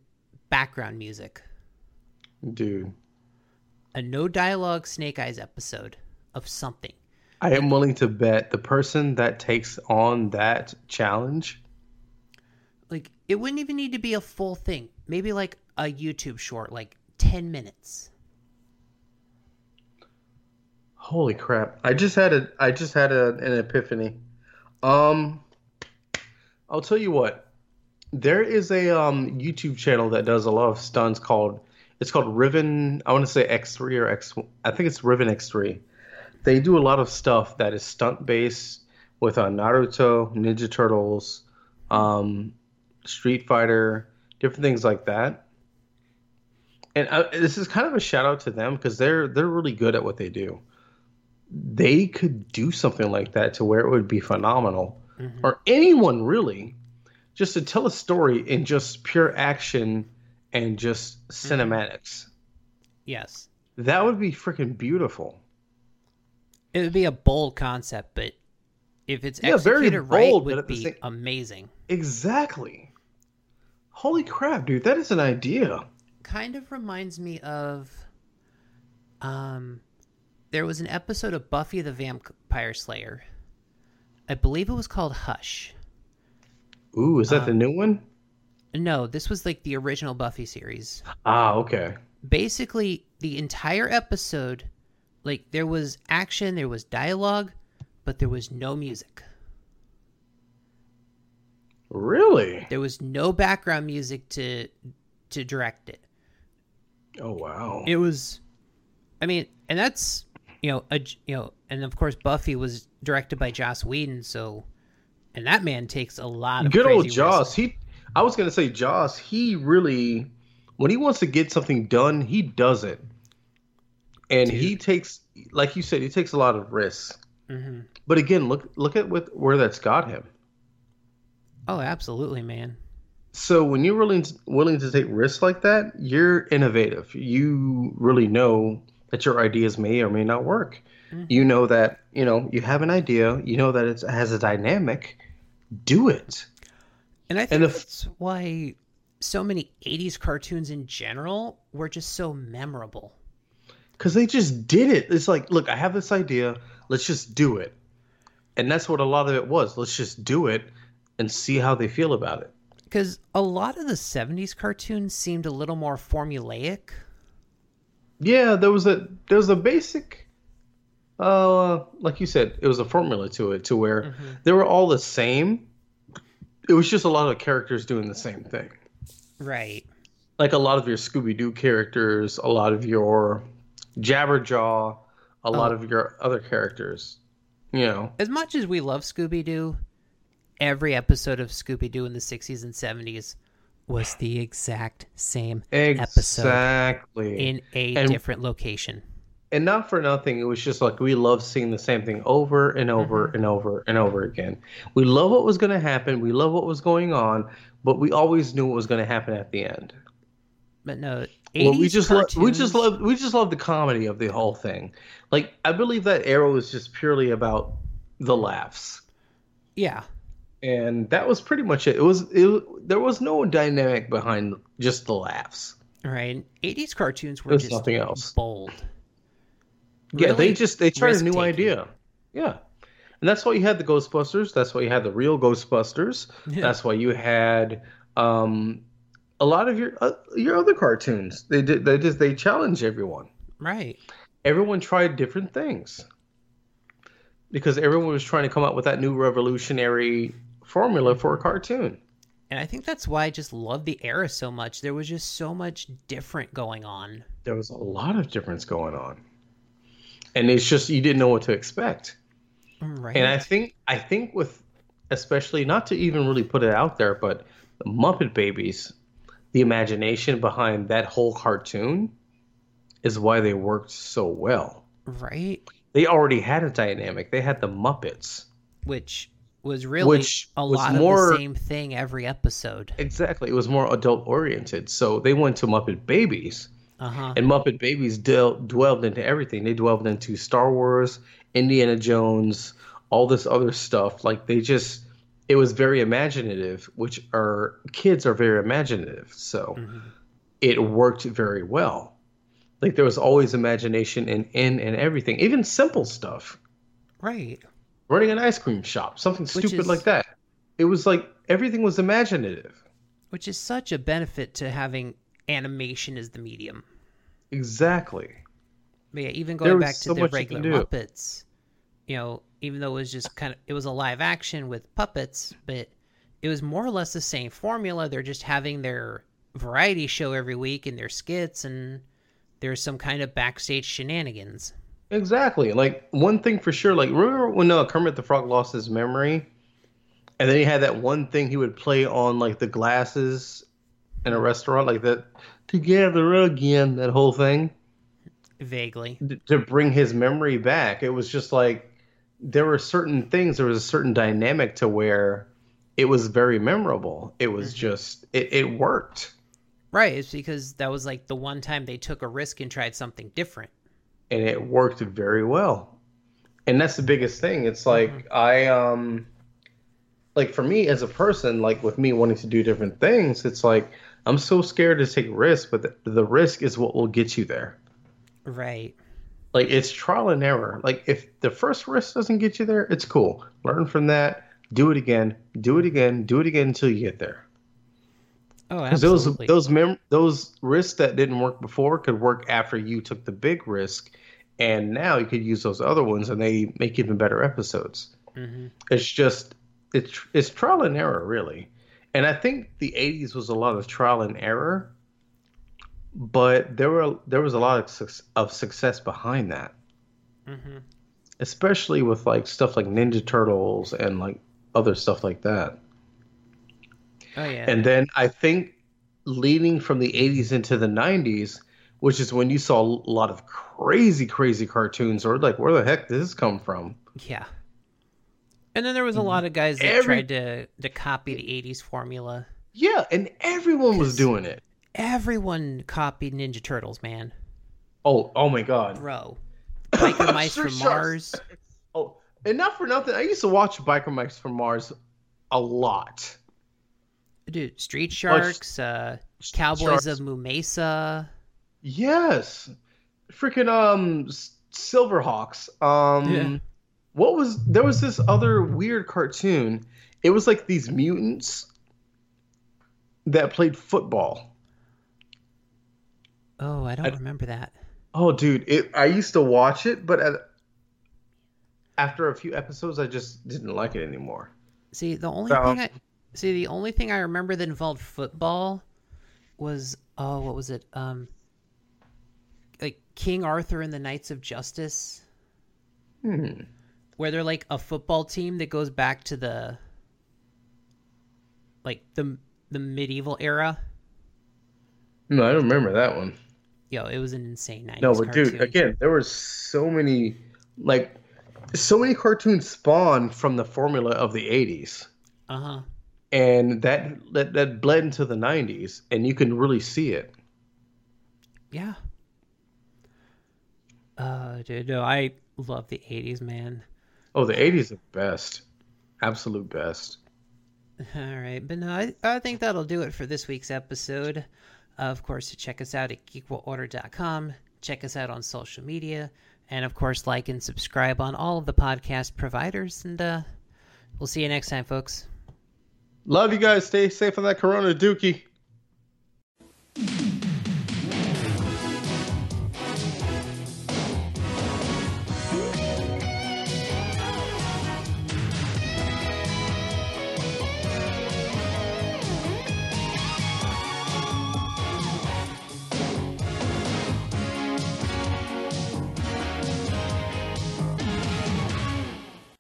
[SPEAKER 1] background music,
[SPEAKER 2] Dude,
[SPEAKER 1] a no dialogue Snake Eyes episode of something.
[SPEAKER 2] I am willing to bet the person that takes on that challenge
[SPEAKER 1] Like it wouldn't even need to be a full thing. Maybe like a YouTube short, like 10 minutes.
[SPEAKER 2] Holy crap! I just had a I just had a, an epiphany. Um, I'll tell you what. There is a um YouTube channel that does a lot of stunts called it's called Riven. I want to say X three or X. I think it's Riven X three. They do a lot of stuff that is stunt based with uh, Naruto, Ninja Turtles, um, Street Fighter, different things like that. And uh, this is kind of a shout out to them because they're they're really good at what they do they could do something like that to where it would be phenomenal or anyone really just to tell a story in just pure action and just cinematics
[SPEAKER 1] Yes.
[SPEAKER 2] that would be freaking beautiful
[SPEAKER 1] It would be a bold concept, but if it's
[SPEAKER 2] Yeah, very
[SPEAKER 1] executed right,
[SPEAKER 2] bold, but
[SPEAKER 1] would
[SPEAKER 2] at the
[SPEAKER 1] be
[SPEAKER 2] same-
[SPEAKER 1] amazing.
[SPEAKER 2] exactly holy crap dude that is an idea
[SPEAKER 1] kind of reminds me of um there was an episode of Buffy the Vampire Slayer. I believe it was called Hush.
[SPEAKER 2] ooh is that the new one
[SPEAKER 1] No, this was like the original Buffy series.
[SPEAKER 2] ah okay
[SPEAKER 1] Basically, the entire episode like there was action, there was dialogue, but there was no music.
[SPEAKER 2] really
[SPEAKER 1] There was no background music to to direct it.
[SPEAKER 2] Oh wow.
[SPEAKER 1] it was i mean and that's you know a, j- you know and of course buffy was directed by joss whedon so and that man takes a lot of
[SPEAKER 2] Good
[SPEAKER 1] crazy
[SPEAKER 2] old
[SPEAKER 1] risks.
[SPEAKER 2] Joss. He, I was gonna say Joss. He really, when he wants to get something done, he does it, and he takes, like you said, he takes a lot of risks.
[SPEAKER 1] Mm-hmm.
[SPEAKER 2] But again, look look at with where that's got him.
[SPEAKER 1] oh absolutely man
[SPEAKER 2] So when you're willing to, willing to take risks like that, you're innovative. You really know that your ideas may or may not work. You know that you know you have an idea. You know that it's, it has a dynamic. Do it.
[SPEAKER 1] and i think
[SPEAKER 2] And if-
[SPEAKER 1] that's why so many 80s cartoons in general were just so memorable
[SPEAKER 2] because they just did it. It's like, look, I have this idea. Let's just do it. And that's what a lot of it was. Let's just do it and see how they feel about it.
[SPEAKER 1] because a lot of the 70s cartoons seemed a little more formulaic
[SPEAKER 2] Yeah, there was a there was a basic, uh, like you said, it was a formula to it to where they were all the same. It was just a lot of characters doing the same thing.
[SPEAKER 1] right
[SPEAKER 2] like a lot of your Scooby Doo characters, a lot of your Jabberjaw, a lot of your other characters. You know,
[SPEAKER 1] as much as we love Scooby Doo, every episode of Scooby Doo in the 60s and 70s was the exact same episode
[SPEAKER 2] exactly.
[SPEAKER 1] in a
[SPEAKER 2] And-
[SPEAKER 1] different location.
[SPEAKER 2] and not for nothing, it was just like we love seeing the same thing over and over
[SPEAKER 1] Mm-hmm.
[SPEAKER 2] and over and over again. We love what was going to happen, we love what was going on, but we always knew what was going to happen at the end.
[SPEAKER 1] But no, 80s
[SPEAKER 2] Well, we just lo- we just
[SPEAKER 1] cartoons-
[SPEAKER 2] love we just love the comedy of the whole thing. Like I believe that Arrow is just purely about the laughs,
[SPEAKER 1] yeah,
[SPEAKER 2] and that was pretty much it. It was it, there was no dynamic behind just the laughs.
[SPEAKER 1] right. 80s cartoons were
[SPEAKER 2] There's
[SPEAKER 1] just
[SPEAKER 2] nothing else.
[SPEAKER 1] bold.
[SPEAKER 2] Yeah,
[SPEAKER 1] Really
[SPEAKER 2] they just they tried a new
[SPEAKER 1] risk-taking.
[SPEAKER 2] idea. Yeah. And that's why you had the Ghostbusters, that's why you had the real Ghostbusters. That's why you had um a lot of your uh, your other cartoons. They did they just they challenged everyone.
[SPEAKER 1] Right.
[SPEAKER 2] Everyone tried different things. Because everyone was trying to come up with that new revolutionary formula for a cartoon.
[SPEAKER 1] And I think that's why I just love the era so much. There was just so much different going on.
[SPEAKER 2] There was a lot of difference going on. And it's just you didn't know what to expect.
[SPEAKER 1] Right.
[SPEAKER 2] And I think I think with especially not to even really put it out there, but the Muppet Babies, the imagination behind that whole cartoon is why they worked so well.
[SPEAKER 1] right.
[SPEAKER 2] They already had a dynamic. They had the Muppets.
[SPEAKER 1] Which was really
[SPEAKER 2] Which
[SPEAKER 1] a
[SPEAKER 2] was
[SPEAKER 1] lot of
[SPEAKER 2] more-
[SPEAKER 1] the same thing every episode.
[SPEAKER 2] Exactly. It was more adult oriented. So they went to Muppet Babies.
[SPEAKER 1] Uh huh.
[SPEAKER 2] And Muppet Babies del- dwelled into everything. They dwelled into Star Wars, Indiana Jones, all this other stuff. Like they just, it was very imaginative, which are kids are very imaginative. So it worked very well. Like there was always imagination in in and everything, even simple stuff.
[SPEAKER 1] Right.
[SPEAKER 2] Running an ice cream shop, something stupid
[SPEAKER 1] is-
[SPEAKER 2] like that. It was like everything was imaginative.
[SPEAKER 1] which is such a benefit to having animation as the medium.
[SPEAKER 2] Exactly.
[SPEAKER 1] But yeah, even
[SPEAKER 2] There
[SPEAKER 1] going
[SPEAKER 2] was
[SPEAKER 1] back to
[SPEAKER 2] so
[SPEAKER 1] the
[SPEAKER 2] much you can
[SPEAKER 1] regular Muppets, you know, even though it was just kind of it was a live action with puppets, but it was more or less the same formula. They're just having their variety show every week and their skits and there's some kind of backstage shenanigans.
[SPEAKER 2] Exactly. Like one thing for sure. Like remember when uh, Kermit the Frog lost his memory, and then he had that one thing he would play on like the glasses in a restaurant, like that together again. That whole thing
[SPEAKER 1] Vaguely.
[SPEAKER 2] th- to bring his memory back. It was just like there were certain things. There was a certain dynamic to where it was very memorable. It was just it, it worked.
[SPEAKER 1] Right, it's because that was like the one time they took a risk and tried something different.
[SPEAKER 2] and it worked very well. And that's the biggest thing. It's like I um like for me as a person, like with me wanting to do different things, it's like I'm so scared to take risks, but the, the risk is what will get you there.
[SPEAKER 1] Right.
[SPEAKER 2] Like it's trial and error. Like if the first risk doesn't get you there, it's cool. Learn from that, do it again, do it again, do it again until you get there.
[SPEAKER 1] Oh,
[SPEAKER 2] 'Cause those
[SPEAKER 1] absolutely.
[SPEAKER 2] those mem- those risks that didn't work before could work after you took the big risk, and now you could use those other ones, and they make even better episodes.
[SPEAKER 1] Mm-hmm,
[SPEAKER 2] It's just it's it's trial and error really, and I think the '80s was a lot of trial and error, but there were there was a lot of, suc- of success behind that,
[SPEAKER 1] mm-hmm.
[SPEAKER 2] especially with like stuff like Ninja Turtles and like other stuff like that.
[SPEAKER 1] Oh yeah.
[SPEAKER 2] And then I think leading from the 80s into the 90s, which is when you saw a lot of crazy, crazy cartoons, or like, where the heck did this come from?
[SPEAKER 1] yeah. And then there was a lot of guys that
[SPEAKER 2] Every-
[SPEAKER 1] tried to to copy the '80s formula.
[SPEAKER 2] Yeah, and everyone was doing it.
[SPEAKER 1] Everyone copied Ninja Turtles, man.
[SPEAKER 2] Oh, oh my God.
[SPEAKER 1] Bro, Biker Mice
[SPEAKER 2] Sure,
[SPEAKER 1] from
[SPEAKER 2] sure.
[SPEAKER 1] Mars.
[SPEAKER 2] Oh, and not for nothing. I used to watch Biker Mics from Mars a lot.
[SPEAKER 1] Dude, Street Sharks, uh, Cowboys of Mumesa.
[SPEAKER 2] Yes. Freaking um S- Silverhawks. Um
[SPEAKER 1] Yeah.
[SPEAKER 2] what was there was this other weird cartoon. It was like these mutants that played football.
[SPEAKER 1] Oh, I don't remember that.
[SPEAKER 2] Oh dude, it I used to watch it, but at, after a few episodes I just didn't like it anymore.
[SPEAKER 1] See, the only
[SPEAKER 2] So-
[SPEAKER 1] thing I see the only thing I remember that involved football was oh, what was it? Um, like King Arthur and the Knights of Justice. Where they're like a football team that goes back to the like the the medieval era.
[SPEAKER 2] No, I don't remember that one.
[SPEAKER 1] Yo, it was an insane night.
[SPEAKER 2] No, but dude, again, there were so many like so many cartoons spawned from the formula of the 80s.
[SPEAKER 1] Uh huh.
[SPEAKER 2] and that that, that bled into the 90s and you can really see it
[SPEAKER 1] Yeah. Uh, dude, no, I love the '80s, man.
[SPEAKER 2] oh the 80s are best absolute best
[SPEAKER 1] All right, but no, I, I think that'll do it for this week's episode. Uh, of course, to check us out at geekworldorder.com, check us out on social media, and of course, like and subscribe on all of the podcast providers. And uh, we'll see you next time, folks.
[SPEAKER 2] love you guys stay safe on that corona dookie